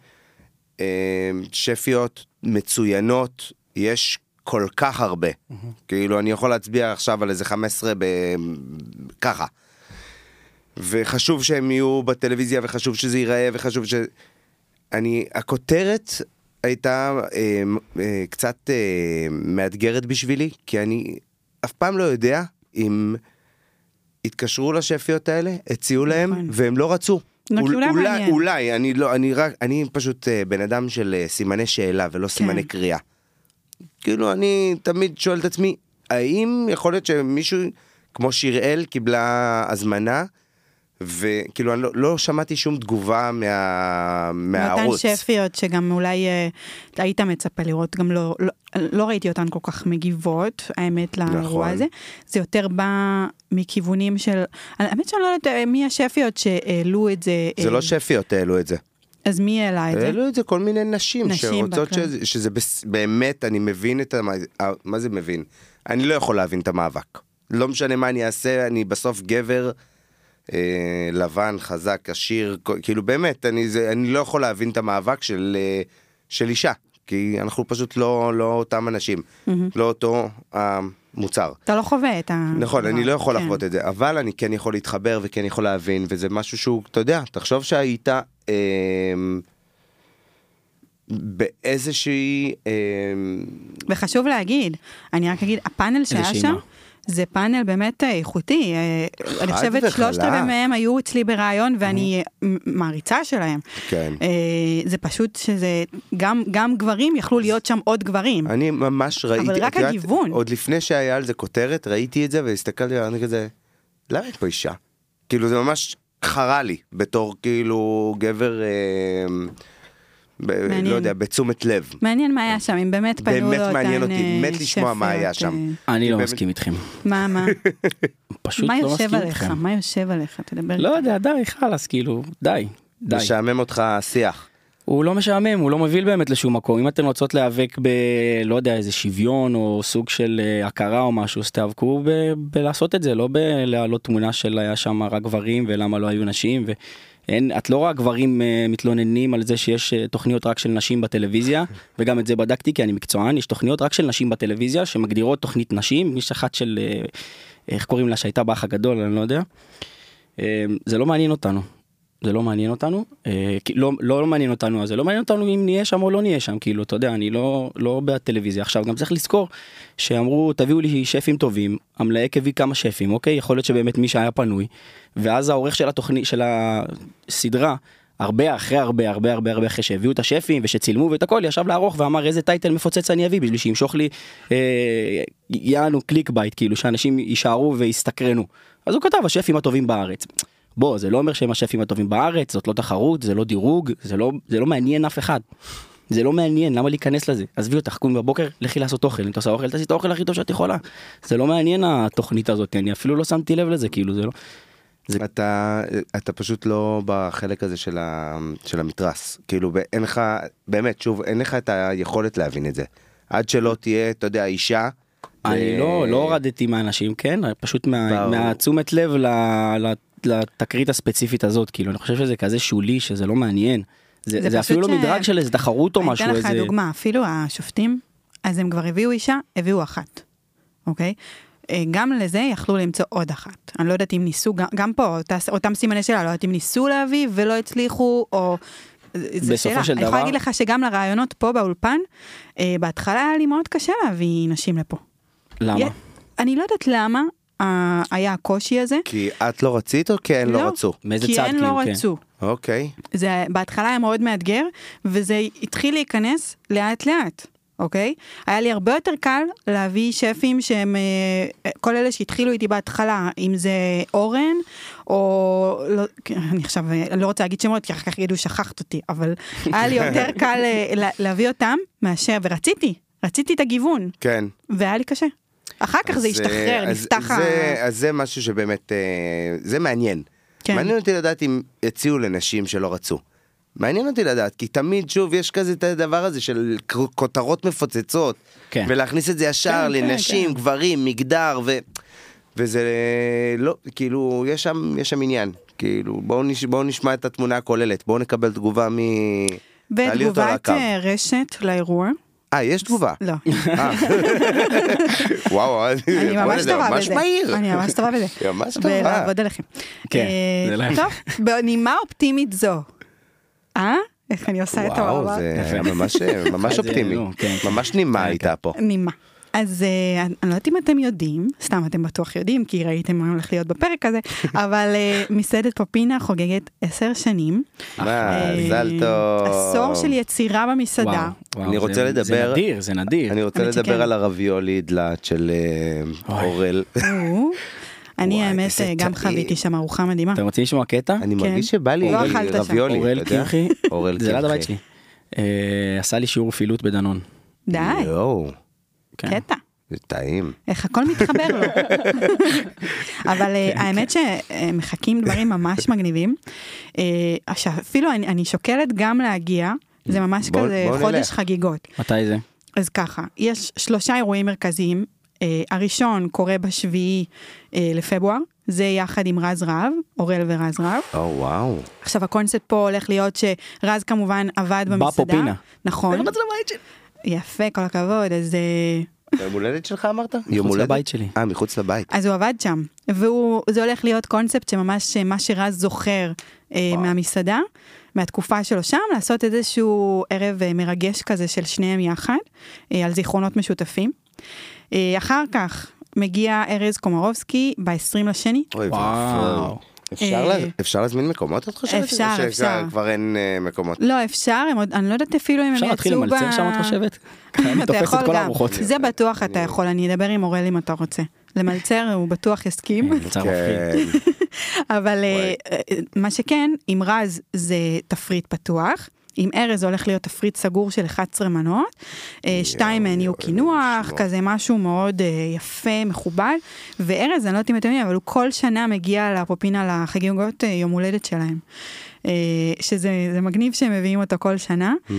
S3: אה, שפיות, מצוינות, יש כל כך הרבה. כאילו, אני יכול להצביע עכשיו על איזה 15 ב... ככה. וחשוב שהם יהיו בטלוויזיה, וחשוב שזה ייראה, וחשוב ש... אני, הכותרת הייתה אה, אה, קצת אה, מאתגרת בשבילי, כי אני אף פעם לא יודע אם התקשרו לשפיות האלה, הציעו להם,
S1: נכון.
S3: והם לא רצו.
S1: לא,
S3: אול-
S1: כי אולי
S3: אולי,
S1: מעניין.
S3: אולי, אני לא, אני רק, אני פשוט אה, בן אדם של אה, סימני שאלה ולא סימני קריאה. כאילו, אני תמיד שואל את עצמי, האם יכול להיות שמישהו כמו שיראל קיבלה הזמנה וכאילו, אני לא, לא שמעתי שום תגובה מה, מהערוץ.
S1: נתן שפיות, שגם אולי אה, היית מצפה לראות, גם לא, לא, לא ראיתי אותן כל כך מגיבות, האמת, לאירוע
S3: נכון.
S1: הזה. זה יותר בא מכיוונים של... האמת שאני לא יודעת אה, מי השפיות שהעלו את זה.
S3: זה
S1: אה,
S3: לא אה? שפיות העלו את זה.
S1: אז מי העלה את זה?
S3: העלו את זה כל מיני נשים,
S1: נשים
S3: שרוצות
S1: בקרב.
S3: שזה, שזה בס- באמת, אני מבין את ה... מה זה מבין? אני לא יכול להבין את המאבק. לא משנה מה אני אעשה, אני בסוף גבר אה, לבן, חזק, עשיר, כ- כאילו באמת, אני, זה, אני לא יכול להבין את המאבק של, אה, של אישה, כי אנחנו פשוט לא, לא אותם אנשים, לא אותו המוצר.
S1: אתה לא חווה את ה...
S3: נכון, אני לא יכול
S1: כן.
S3: לחוות את זה, אבל אני כן יכול להתחבר וכן יכול להבין, וזה משהו שהוא, אתה יודע, תחשוב שהיית אמ, באיזושהי... אמ,
S1: וחשוב להגיד, אני רק אגיד, הפאנל שהיה
S2: איזושהי
S1: שם,
S2: מה?
S1: זה פאנל באמת אה, איכותי. אה, אני חושבת
S3: וחלק. Mhm.
S1: שלושת רבעי מהם היו אצלי בריאיון ואני אה, מ- מעריצה שלהם.
S3: כן.
S1: אה, זה פשוט שזה, גם, גם גברים יכלו להיות שם עוד גברים.
S3: אני ממש ראיתי...
S1: רק
S3: את יודעת,
S1: הגיוון.
S3: עוד לפני שהיה על זה כותרת, ראיתי את זה והסתכלתי עליו, אני כזה, למה אין פה אישה? כאילו זה ממש חרה לי, בתור כאילו גבר, אמ, ב-
S1: מעניין.
S3: לא יודע, בתשומת לב.
S1: מעניין מה היה שם, אם באמת פנו
S3: באמת
S1: לאותן
S3: מעניין אותי,
S1: אה,
S3: מת לשמוע מה
S1: שפיות,
S3: היה שם.
S1: אה,
S2: אני לא
S3: באמת-
S2: מסכים איתכם.
S1: מה, מה,
S2: פשוט
S1: מה
S2: לא
S1: יושב
S2: מסכים
S1: עליך?
S2: איתכם.
S1: מה יושב עליך? תדבר.
S2: לא יודע, די, חלאס, כאילו, די. די.
S3: משעמם אותך השיח.
S2: הוא לא משעמם, הוא לא מוביל באמת לשום מקום. אם אתן רוצות להיאבק ב... לא יודע, איזה שוויון או סוג של אה, הכרה או משהו, אז תיאבקו ב... בלעשות את זה, לא בלהעלות תמונה של היה שם רק גברים ולמה לא היו נשים. ו... אין, את לא רואה גברים אה, מתלוננים על זה שיש אה, תוכניות רק של נשים בטלוויזיה, וגם את זה בדקתי כי אני מקצוען, יש תוכניות רק של נשים בטלוויזיה שמגדירות תוכנית נשים, יש אחת של, אה, איך קוראים לה, שהייתה באח הגדול, אני לא יודע. אה, זה לא מעניין אותנו. זה לא מעניין אותנו, אה, כי- לא, לא מעניין אותנו, אז זה לא מעניין אותנו אם נהיה שם או לא נהיה שם, כאילו, אתה יודע, אני לא, לא בעד טלוויזיה. עכשיו, גם צריך לזכור שאמרו, תביאו לי שפים טובים, המלהק הביא כמה שפים, אוקיי? יכול להיות שבאמת מי שהיה פנוי, ואז העורך של התוכנית, של הסדרה, הרבה אחרי הרבה הרבה הרבה הרבה אחרי שהביאו את השפים ושצילמו ואת הכל ישב לערוך ואמר איזה טייטל מפוצץ אני אביא בשביל שימשוך לי אה, יהיה לנו קליק בייט כאילו שאנשים יישארו ויסתקרנו. אז הוא כתב השפים הטובים בארץ. בוא זה לא אומר שהם השפים הטובים בארץ זאת לא תחרות זה לא דירוג זה לא זה לא מעניין אף אחד. זה לא מעניין למה להיכנס לזה עזבי אותך קומי בבוקר לכי לעשות אוכל אם את עושה אוכל תעשי את האוכל הכי טוב שאת יכולה. זה לא מעניין התוכנית הזאת אני אפילו לא שמתי לב לזה כאילו זה לא. זה-
S3: אתה, אתה פשוט לא בחלק הזה של, ה, של המתרס. כאילו, ב- אין לך, באמת, שוב, אין לך את היכולת להבין את זה. עד שלא תהיה, אתה יודע, אישה.
S2: אני
S3: ו-
S2: לא, לא הורדתי מהאנשים, כן, פשוט מה,
S3: אה, ברור.
S2: מהתשומת לב ל, ל, לתקרית הספציפית הזאת, כאילו, אני חושב שזה כזה שולי, שזה לא מעניין. זה,
S1: זה
S2: זה, זה אפילו
S1: פשוט
S2: לא
S1: ש-
S2: מדרג של איזה תחרות או משהו,
S1: אני
S2: איזה...
S1: אתן לך דוגמה, אפילו השופטים, אז הם כבר הביאו אישה, הביאו אחת, אוקיי? אה, גם לזה יכלו למצוא עוד אחת. אני לא יודעת אם ניסו, גם- גם פה, אותה- אותם סימני שאלה, לא יודעת אם ניסו להביא ולא הצליחו, או... זו
S2: בסופו
S1: שאלה.
S2: של
S1: אני יכולה
S2: דבר-
S1: להגיד לך שגם לרעיונות פה באולפן, אה, בהתחלה היה לי מאוד קשה להביא נשים לפה.
S2: למה?
S1: יה- אני לא יודעת למה אה, היה הקושי הזה.
S3: כי את לא רצית או כי הן לא,
S1: לא.
S3: רצו?
S2: מאיזה
S1: כי
S2: צד,
S1: הן
S2: כאילו,
S1: לא
S2: כן.
S1: רצו.
S3: אוקיי.
S1: זה בהתחלה היה מאוד מאתגר, וזה התחיל להיכנס לאט לאט, אוקיי? היה לי הרבה יותר קל להביא שפים שהם, אה, כל אלה שהתחילו איתי בהתחלה, אם זה אורן, או לא, אני עכשיו אה, לא רוצה להגיד שמות, כי אחר כך יגידו שכחת אותי, אבל היה לי יותר קל אה, לה- להביא אותם מאשר, ורציתי, רציתי את הגיוון,
S3: כן.
S1: והיה לי קשה. אחר כך זה
S3: אז,
S1: השתחרר,
S3: אה, אז-
S1: נפתח ה...
S3: זה, אז זה משהו שבאמת, אה, זה מעניין.
S1: כן.
S3: מעניין אותי לדעת אם הציעו לנשים שלא רצו. מעניין אותי לדעת, כי תמיד, שוב, יש כזה את הדבר הזה של כ- כותרות מפוצצות,
S2: כן.
S3: ולהכניס את זה ישר
S2: כן, כן,
S3: לנשים, גברים, מגדר, ו... וזה לא, כאילו, יש שם, יש שם עניין. כאילו, בואו נש, בואו נשמע את התמונה הכוללת, בואו נקבל תגובה מ... תעלי אותו על
S1: ותגובת
S3: הקו.
S1: אה, רשת לאירוע,
S3: אה, יש תגובה.
S1: לא.
S3: אה. וואו, אה,
S1: אני
S3: בוא'נה,
S1: ממש
S3: זה
S1: טובה
S3: ממש
S1: בזה.
S3: מהיר.
S1: אני ממש טובה בזה.
S3: ממש טובה.
S1: ולעבוד עליכם.
S2: כן,
S1: אה,
S2: זה לא-
S1: טוב, בנימה אופטימית זו. אה? איך אני עושה את
S3: וואו,
S1: העבר?
S3: זה היה
S2: יפה.
S3: ממש אה, ממש
S2: זה-
S3: אופטימי,
S2: נו, כן, כן.
S3: ממש נימה הייתה פה.
S1: נימה. אז אה, אני אני לא יודעת אם אתם יודעים, סתם אתם בטוח יודעים, כי ראיתם מה הולך להיות בפרק הזה, אבל אה, מסעדת פופינה חוגגת עשר שנים.
S3: מה, מזל
S1: אה,
S3: טוב.
S1: עשור של יצירה במסעדה.
S3: אני רוצה
S2: זה,
S3: לדבר-
S2: זה נדיר, זה נדיר.
S3: אני רוצה
S1: האמת שכן.
S3: לדבר על הרביולי דלעת של אה,
S2: אוי.
S3: אורל.
S1: או, אני
S3: וואי,
S1: האמת
S3: איזה
S1: אה, גם
S3: טעים.
S1: חביתי שם ארוחה מדהימה.
S2: אתם רוצים לשמוע קטע?
S3: אני
S1: כן.
S3: מרגיש שבא לי
S1: לא אכלת שם.
S3: רביולי,
S2: אוראל
S3: אתה יודע?
S2: קמחי,
S3: אוראל
S2: זה ליד
S3: קמחי.
S2: הבית שלי. אה, עשה לי שיעור פעילות בדנון.
S1: די,
S3: יואו,
S2: כן.
S1: קטע.
S3: זה טעים.
S1: איך הכל מתחבר לו. אבל אה, האמת שמחכים דברים ממש מגניבים. אה, עכשיו, אפילו אני אני שוקלת גם להגיע, זה ממש
S3: בוא-
S1: כזה
S3: בוא
S1: חודש
S3: נלך.
S1: חגיגות.
S2: מתי זה?
S1: אז ככה, יש שלושה אירועים מרכזיים. אה, הראשון קורה בשביעי אה, לפברואר, זה יחד עם רז רהב, אורל ורז רהב.
S2: לא,
S3: או וואו.
S1: עכשיו הקונספט פה הולך להיות שרז כמובן עבד
S2: בא
S1: במסעדה.
S2: פה פינה.
S1: נכון.
S2: לא
S1: יפה, כל הכבוד, אז... אה,
S3: יום הולדת שלך אמרת? יום
S2: מחוץ
S3: הולדת?
S2: לבית שלי.
S3: אה, מחוץ לבית.
S1: אז הוא עבד שם, וזה הולך להיות קונספט שממש אה, מה שרז זוכר אה, מהמסעדה, מהתקופה שלו שם, לעשות איזשהו ערב אה, מרגש כזה של שניהם יחד, אה, על זיכרונות משותפים. אה, אחר כך מגיע ארז קומרובסקי ב-20 לשני.
S3: אוי
S2: וואו.
S3: ואבוי. אפשר
S1: אה,
S3: לה- אפשר להזמין מקומות את חושבת?
S1: אפשר,
S3: או
S1: אפשר.
S3: שכבר אין אה, מקומות.
S1: לא, אפשר, הם עוד, אני לא יודעת אפילו אם הם יצאו ב...
S2: אפשר להתחיל למלצר שם את חושבת? אני
S1: אתה
S2: תופס
S1: יכול
S2: את כל
S1: גם.
S2: הארוחות.
S1: זה בטוח אתה יכול, אני אדבר עם אורל אם אתה רוצה. למלצר הוא בטוח יסכים.
S2: אה, מלצר מפחיד.
S3: כן.
S1: אבל אה,
S3: וואי.
S1: אה, מה שכן, עם רז זה תפריט פתוח. עם ארז זה הולך להיות תפריט סגור של 11 מנות, אה, שתיים מהן יהיו
S3: יואו,
S1: קינוח,
S3: נשמע.
S1: כזה משהו מאוד אה, יפה, מכובד, וארז, אני לא יודעת אם אתם יודעים, אבל הוא כל שנה מגיע לפופינה לחגיגות אה, יום הולדת שלהם. אה, שזה זה מגניב שהם מביאים אותו כל שנה, אה,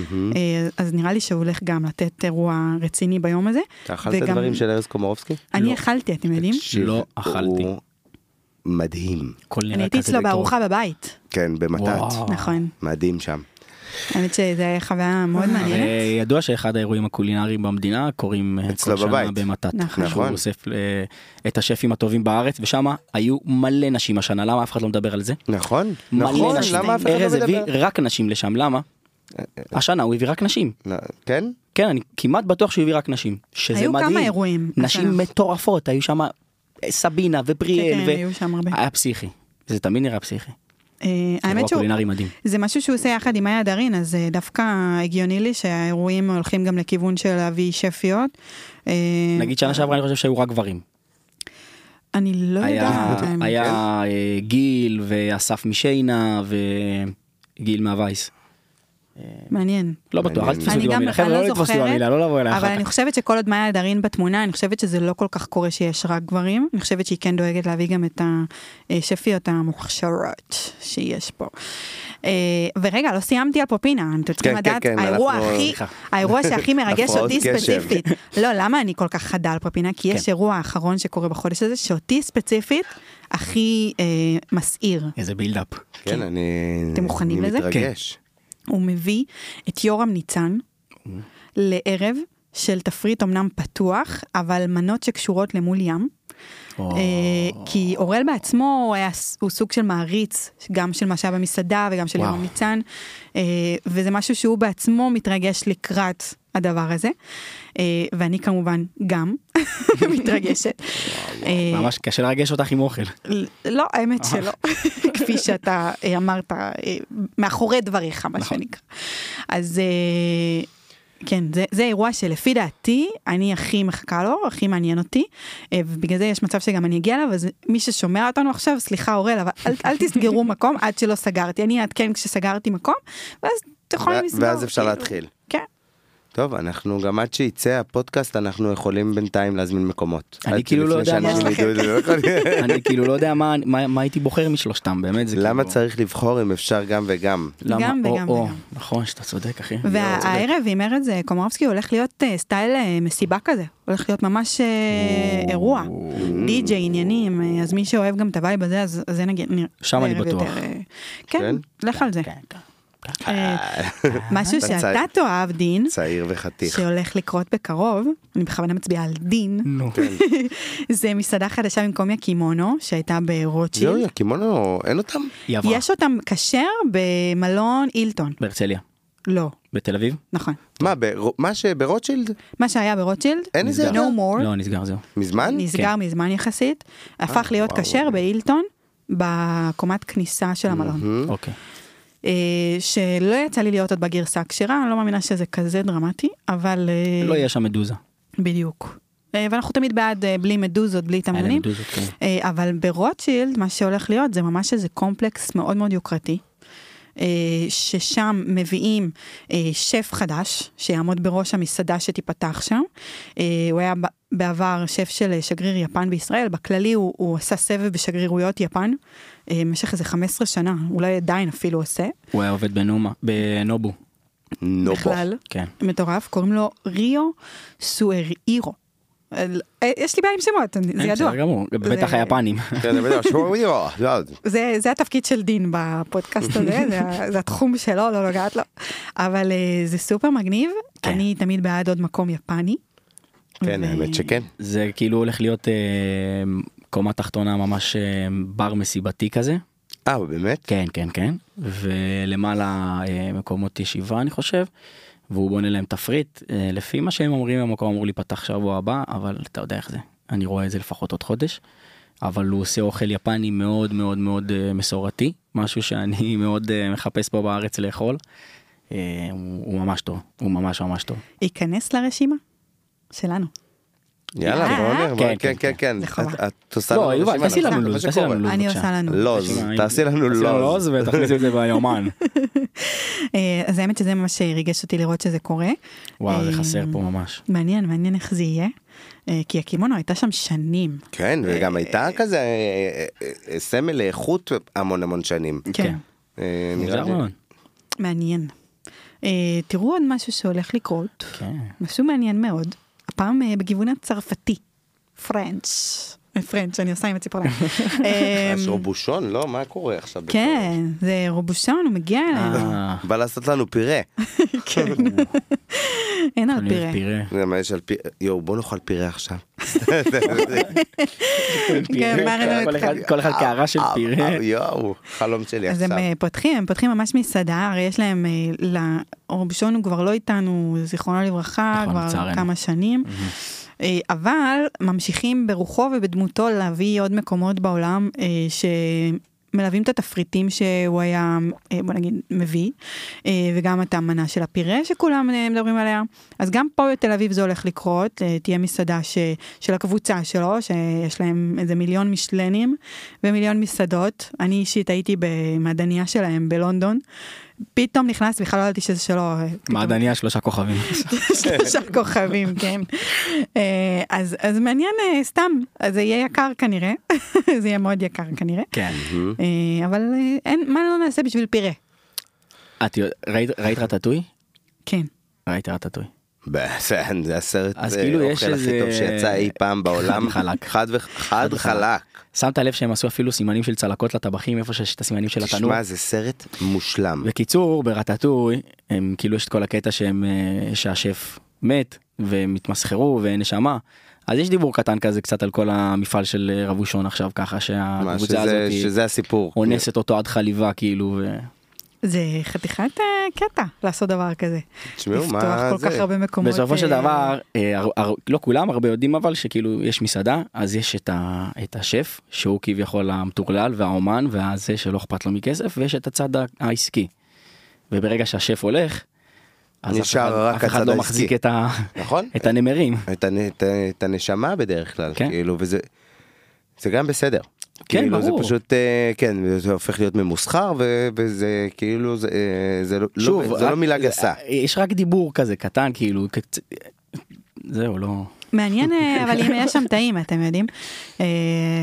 S1: אז נראה לי שהוא הולך גם לתת אירוע רציני ביום הזה.
S3: אתה אכלת
S1: וגם-
S3: דברים של ארז קומורובסקי?
S1: אני אכלתי, אתם יודעים?
S3: תקשיב,
S2: לא אכלתי.
S3: הוא מדהים.
S2: הכל נראה
S1: אני הייתי
S2: כזה
S1: אצלו
S2: טוב.
S1: בארוחה בבית,
S3: כן,
S2: וואו.
S3: במתת.
S1: נכון.
S3: מדהים שם.
S1: האמת שזו חוויה
S2: אה,
S1: מאוד מעניינת.
S2: הרי ידוע שאחד האירועים הקולינריים במדינה קורים אה,
S3: אצלו
S2: כל שנה
S3: בבית.
S2: במתת.
S1: נכון.
S2: שהוא אוסף אה, את השפים הטובים בארץ, ושם היו מלא נשים השנה, למה אף אחד לא מדבר על זה?
S3: נכון,
S2: מלא
S3: נכון,
S2: נשים.
S3: למה אף אחד
S2: ארז
S3: לא
S2: הביא
S3: מדבר? אה,
S2: רק נשים לשם, למה? השנה הוא הביא רק נשים.
S3: נ- כן?
S2: כן, אני כמעט בטוח שהוא הביא רק נשים. שזה
S1: היו כמה
S2: מדהים.
S1: אירועים
S2: נשים
S1: השנה.
S2: מטורפות, היו שם סבינה
S1: כן,
S2: ובריאל.
S1: כן, היו שם הרבה.
S2: היה פסיכי. זה תמיד נראה פסיכי.
S1: אה, האמת
S2: אירוע
S1: שהוא...
S2: קולינרי מדהים.
S1: זה משהו שהוא עושה יחד עם איה דרין, אז אה, דווקא הגיוני לי שהאירועים הולכים גם לכיוון של להביא שפיות. אה,
S2: נגיד שנה שעברה אני חושב שהיו רק גברים.
S1: אני לא
S2: היה,
S1: יודעת. האמת.
S2: היה אה, גיל ואסף משיינה וגיל מהווייס.
S1: מעניין.
S2: לא בטוח, אל
S3: מעניין.
S2: תתפסו
S1: אני
S2: אותי
S1: גם,
S2: במילה. חבר'ה,
S1: אני
S2: לא
S1: לא
S2: לתפוס אותי
S1: זוכרת,
S2: במילה, לא לבוא אליי
S1: אבל
S2: אחר
S1: אני
S2: כך.
S1: חושבת שכל עוד מאיה דרין בתמונה, אני חושבת שזה לא כל כך קורה שיש רק גברים, אני חושבת שהיא כן דואגת להביא גם את השפיות המוכשרות שיש פה. אה, ורגע, לא סיימתי על פופינה, אתם צריכים
S3: כן,
S1: לדעת,
S3: כן, כן,
S1: האירוע
S3: אנחנו-
S1: הכי,
S2: סליחה.
S1: האירוע שהכי מרגש
S3: הפרעות
S1: אותי
S3: קשב.
S1: ספציפית. לא, למה אני כל כך חדה על פופינה? כי
S2: כן.
S1: יש אירוע האחרון שקורה בחודש הזה, שאותי ספציפית הכי אה, מסעיר.
S2: איזה בילדאפ.
S3: כן, אני...
S1: אתם מוכנים לזה?
S3: אני מתרגש.
S1: הוא מביא את יורם ניצן לערב של תפריט אמנם פתוח, אבל מנות שקשורות למול ים.
S2: או.
S1: אה, כי אורל בעצמו הוא היה, ס- הוא סוג של מעריץ, גם של מה שהיה במסעדה וגם של
S2: וואו.
S1: יורם ניצן, אה, וזה משהו שהוא בעצמו מתרגש לקראת הדבר הזה, אה, ואני כמובן גם מתרגשת. אה,
S2: ממש קשה לרגש אותך עם אוכל.
S1: לא, האמת שלא, כפי שאתה אה, אמרת, אה, מאחורי דבריך, מה
S3: נכון.
S1: שנקרא. אז אה, כן, זה- זה אירוע שלפי דעתי, אני הכי מחכה לו, הכי מעניין אותי, אה, ובגלל זה יש מצב שגם אני אגיע אליו, אז מי ששומע אותנו עכשיו, סליחה אורל, אבל אל- אל תסגרו מקום עד שלא סגרתי, אני אעדכן כשסגרתי מקום, ואז אתם יכולים
S3: ו-
S1: לסגור.
S3: ואז אפשר
S1: כאילו.
S3: להתחיל.
S1: כן.
S3: טוב, אנחנו גם עד שיצא הפודקאסט, אנחנו יכולים בינתיים להזמין מקומות.
S2: אני
S3: עד
S2: כאילו לא
S3: לפני
S2: יודע מה-
S3: שאנשים
S1: יש לכם.
S3: ידעו את זה, לא יכול-
S2: אני כאילו לא יודע מה- מה מה הייתי בוחר משלושתם, באמת. זה
S3: למה
S2: כאילו-
S3: צריך לבחור אם אפשר גם וגם?
S2: למה-
S1: גם
S2: או,
S1: וגם
S2: או,
S1: וגם.
S2: נכון, שאתה צודק, אחי.
S1: והערב עם ארז אה, קומרובסקי הולך להיות אה, סטייל אה, מסיבה כזה, הולך להיות ממש אה, אירוע, די-ג'יי עניינים, אה, אז מי שאוהב גם את הווייב הזה, אז אז זה נגיד, נראה-
S2: שם אני
S1: זה ערב
S2: בטוח.
S1: יותר, אה, כן,
S3: כן?
S1: לך על זה.
S2: כן, כן.
S1: אה, משהו
S3: אתה
S1: שאתה תאהב, דין,
S3: צעיר וחתיך.
S1: שהולך לקרות בקרוב, אני בכוונה מצביעה על דין,
S2: נו.
S1: זה מסעדה חדשה במקום יקימונו, שהייתה
S3: זהו,
S1: ברוטשילד.
S3: יקימונו, אין אותם?
S2: היא עברה.
S1: יש אותם כשר במלון אילטון.
S2: בהרצליה.
S1: לא,
S2: בתל אביב?
S1: נכון.
S3: מה, בר- מה שברוטשילד?
S1: מה שהיה ברוטשילד,
S3: אין איזה...
S1: no more,
S2: לא, נסגר, זהו.
S3: מזמן? כן. אה,
S1: נסגר מזמן יחסית, הפך להיות
S3: וואו.
S1: כשר בהילטון, בקומת כניסה של המלון.
S2: אוקיי.
S1: אה, שלא יצא לי להיות עוד בגרסה הכשרה, אני לא מאמינה שזה כזה דרמטי, אבל... אה,
S2: לא יהיה שם מדוזה.
S1: בדיוק. אה, ואנחנו תמיד בעד אה, בלי מדוזות, בלי תמלונים.
S2: מדוזות, כן.
S1: אה, אבל ברוטשילד, מה שהולך להיות זה ממש איזה קומפלקס מאוד מאוד יוקרתי. אה, ששם מביאים אה, שף חדש שיעמוד בראש המסעדה שתיפתח שם. אה, הוא היה ב- בעבר שף של אה, שגריר יפן בישראל, בכללי הוא, הוא עשה סבב בשגרירויות יפן אה, במשך איזה 15 שנה, אולי עדיין אפילו עושה,
S2: הוא היה עובד בנומה, בנובו,
S3: נובו.
S1: בכלל.
S2: כן.
S1: מטורף, קוראים לו ריו סואירו. יש לי בעיה עם שמות, אני- זה
S2: אין,
S1: ידוע.
S2: כן, בסדר גמור, בטח היפנים.
S3: כן, אבל זה שוב, יואו, יואו.
S1: זה, זה התפקיד של דין בפודקאסט הזה, זה, ה- זה התחום שלו, לא נוגעת לו. אבל אה, זה סופר מגניב,
S2: כן.
S1: אני תמיד בעד עוד מקום יפני.
S3: כן,
S1: ו-
S3: האמת שכן.
S2: זה כאילו הולך להיות אה, קומה תחתונה ממש אה, בר מסיבתי כזה.
S3: אה, באמת?
S2: כן, כן, כן. ולמעלה אה, מקומות ישיבה, אני חושב. והוא בונה להם תפריט. אה, לפי מה שהם אומרים, המקום אמור להיפתח שבוע הבא, אבל אתה יודע איך זה. אני רואה את זה לפחות עוד חודש. אבל הוא עושה אוכל יפני מאוד מאוד מאוד אה, מסורתי, משהו שאני מאוד אה, מחפש פה בארץ לאכול. אה, הוא הוא ממש טוב, הוא ממש ממש טוב.
S1: ייכנס לרשימה שלנו.
S3: יאללה, בוא נראה, בוא-
S2: כן,
S3: כן, כן,
S2: כן,
S3: כן.
S1: זה חובה.
S3: את- את עושה לנו
S2: לא, יובל,
S3: רשימה,
S2: תעשי
S3: נכון,
S2: לנו
S3: זה
S2: לו"ז,
S3: מה
S2: תעשי
S3: שקורה.
S2: לנו לו"ז.
S1: אני
S2: בבקשה.
S1: עושה לנו.
S3: לוז,
S2: תשמע,
S3: תעשי לנו
S2: תעשי לנו
S3: לוז.
S2: לוז ותכניסי את זה ביומן.
S1: אה, אז האמת שזה ממש אה, ריגש אותי לראות שזה קורה.
S2: וואו, זה
S1: אה,
S2: חסר פה ממש.
S1: מעניין, מעניין איך זה יהיה. אה, כי הקימונו הייתה שם שנים.
S3: כן, וגם הייתה כזה אה, אה, אה, סמל לאיכות המון המון שנים.
S1: כן.
S3: אה, נראה
S2: מוזר
S3: לי-
S2: מאוד.
S1: מעניין. אה, תראו עוד משהו שהולך לקרות.
S2: כן.
S1: משהו מעניין מאוד, הפעם אה, בגיוון הצרפתי, פרנץ', אה, פרנץ', אני עושה עם הציפורניים. אה,
S3: יש רובושון, לא? מה קורה עכשיו?
S1: כן, זה רובושון, הוא מגיע אלינו,
S2: אה,
S3: בא לעשות לנו פירה.
S1: כן. אין על
S2: אני
S1: פירה.
S2: אוהב פירה.
S3: זה מה יש על פירה? יואו, בוא נאכל פירה עכשיו.
S1: כן, מה ראינו
S2: כל
S1: את
S2: אחד- כל אחד קערה של
S3: אה,
S2: פירה.
S3: אה, יואו, חלום שלי
S1: אז
S3: עכשיו.
S1: הם אה, פותחים, הם פותחים ממש מסעדה, הרי יש להם, אה, ל- רובשון הוא כבר לא איתנו, זיכרונו לברכה,
S2: נכון,
S1: כבר
S2: לצערנו.
S1: כמה שנים, אה, אבל ממשיכים ברוחו ובדמותו להביא עוד מקומות בעולם אה, שמלווים את התפריטים שהוא היה, אה, בוא נגיד, מביא, אה, וגם את המנה של הפירה שכולם אה, מדברים עליה. אז גם פה בתל אביב זה הולך לקרות, אה, תהיה מסעדה ש, של הקבוצה שלו, שיש להם איזה מיליון משלנים ומיליון מסעדות. אני אישית הייתי במעדניה שלהם בלונדון, פתאום נכנס, בכלל לא ידעתי שזה שלו. אה, פתאום-
S2: מעדניה שלושה כוכבים.
S1: שלושה כוכבים, כן. אה, אז, אז מעניין אה, סתם, אז זה יהיה יקר כנראה, זה יהיה מאוד יקר כנראה,
S2: כן.
S1: אה, אבל אה, אין, מה לא נעשה בשביל פירה?
S2: אה, את יודע- ראית- ראית רטטוי?
S1: כן.
S2: ראית רטטוי.
S3: בסדר, זה הסרט
S2: אז
S3: אה,
S2: כאילו יש
S3: אוכל הכי
S2: איזה-
S3: טוב שיצא אי פעם בעולם.
S2: וחלק.
S3: חד וח- חד וחלק.
S2: שמת לב שהם עשו אפילו סימנים של צלקות לטבחים איפה שיש את הסימנים של התנור.
S3: תשמע, זה סרט מושלם.
S2: בקיצור, ברטטוי, הם כאילו יש את כל הקטע שהם, אה, שהשף מת, והם התמסחרו ואין נשמה. אז יש דיבור קטן כזה קצת על כל המפעל של אה, רבושון עכשיו ככה
S3: מה,
S2: שהקבוצה
S3: שזה-
S2: הזאת
S3: שזה הסיפור.
S2: אונסת אותו עד חליבה כאילו. ו-
S1: זה חתיכת אה, קטע לעשות דבר כזה.
S3: תשמעו, מה
S1: לפתוח כל
S3: זה?
S1: כך הרבה מקומות.
S2: בסופו של
S1: אה,
S2: דבר, אה, הר- הר- לא כולם, הרבה יודעים אבל שכאילו יש מסעדה, אז יש את ה- את השף, שהוא כביכול המטורלל והאומן והזה שלא אכפת לו מכסף, ויש את הצד ה- העסקי. וברגע שהשף הולך, אז אף
S3: נשאר
S2: אחד-
S3: רק
S2: אף אחד
S3: הצד
S2: לא
S3: העסקי.
S2: מחזיק את ה-
S3: נכון?
S2: את הנמרים.
S3: את הנ- את ה- את הנשמה בדרך כלל,
S2: כן.
S3: כאילו, וזה... זה גם בסדר.
S2: כן,
S3: כאילו,
S2: ברור.
S3: זה פשוט, אה, כן, זה הופך להיות ממוסחר, ו- וזה כאילו, זה, אה, זה, לא, לא, זה
S2: רק-
S3: לא מילה
S2: אה,
S3: גסה.
S2: יש רק דיבור כזה קטן, כאילו, קצ- זהו, לא...
S1: מעניין, אה, אבל אם יש שם טעים, אתם יודעים. אה,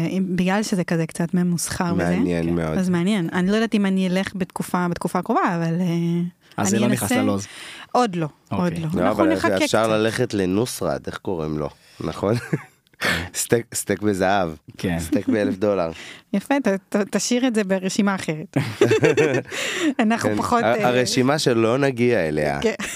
S1: אם- בגלל שזה כזה קצת ממוסחר וזה.
S3: מעניין
S2: כן.
S3: מאוד.
S1: אז מעניין, אני לא יודעת אם אני אלך בתקופה, בתקופה הקרובה, אבל אה,
S2: אז זה
S1: אני
S2: לא נכנס
S1: אנסה-
S2: ללוז.
S1: עוד לא,
S2: אוקיי.
S1: עוד לא.
S3: לא,
S1: אנחנו
S3: אבל
S1: נחכה
S3: אפשר
S1: קצת.
S3: ללכת לנוסרד, איך קוראים לו, נכון? סטייק, סטייק בזהב,
S2: כן.
S3: סטייק באלף דולר.
S1: יפה, ת, ת, תשאיר את זה ברשימה אחרת. אנחנו
S3: כן.
S1: פחות...
S3: ה-
S1: אה,
S3: הרשימה שלא נגיע אליה.
S1: כן.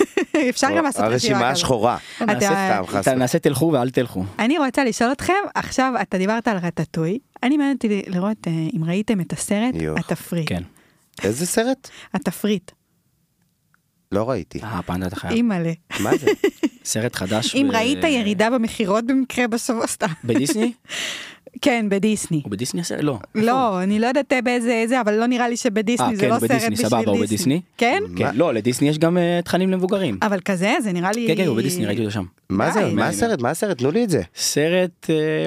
S1: אפשר גם לעשות
S3: הרשימה
S1: רשימה כזאת.
S3: השחורה. אה,
S1: אתה-
S3: סתם, חס
S2: אתה- נעשה תלכו ואל תלכו.
S1: אני רוצה לשאול אתכם, עכשיו אתה דיברת על רטטוי, אני מעניין אותי לראות אה, אם ראיתם את הסרט
S3: יוח.
S1: התפריט.
S2: כן.
S3: איזה סרט?
S1: התפריט.
S3: לא ראיתי.
S2: אה, פנדה אתה חייב.
S1: אימא'לה.
S3: מה זה?
S2: סרט חדש.
S1: אם
S2: ב-
S1: ראית ירידה במכירות במקרה בשבוע סתם.
S2: בדיסני?
S1: כן, בדיסני.
S2: הוא בדיסני הסרט? לא.
S1: לא, אני לא יודעת באיזה זה, אבל לא נראה לי
S2: אה,
S1: שבדיסני זה
S2: כן,
S1: לא סרט
S2: בדיסני,
S1: בשביל דיסני.
S2: סבבה, הוא בדיסני?
S1: כן?
S2: כן, לא, לדיסני יש גם אה, תכנים
S3: Mm.
S2: למבוגרים.
S1: אבל כזה, זה נראה לי...
S2: כן, כן, הוא בדיסני, ראיתי אותו שם.
S3: מה זה?
S1: די.
S3: מה הסרט? מה הסרט? תנו לי את זה.
S2: סרט, אה,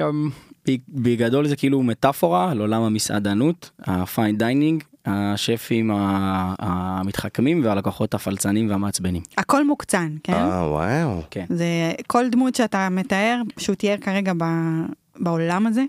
S2: ב- בגדול זה כאילו מטאפורה על עולם המסעדנות, הפיין דיינינג, השפים ה- המתחכמים והלקוחות הפלצנים והמעצבנים.
S1: הכל מוקצן, כן?
S3: אה, וואו.
S2: כן.
S1: זה כל דמות שאתה מתאר, שהוא תיאר כרגע ב... בעולם הזה,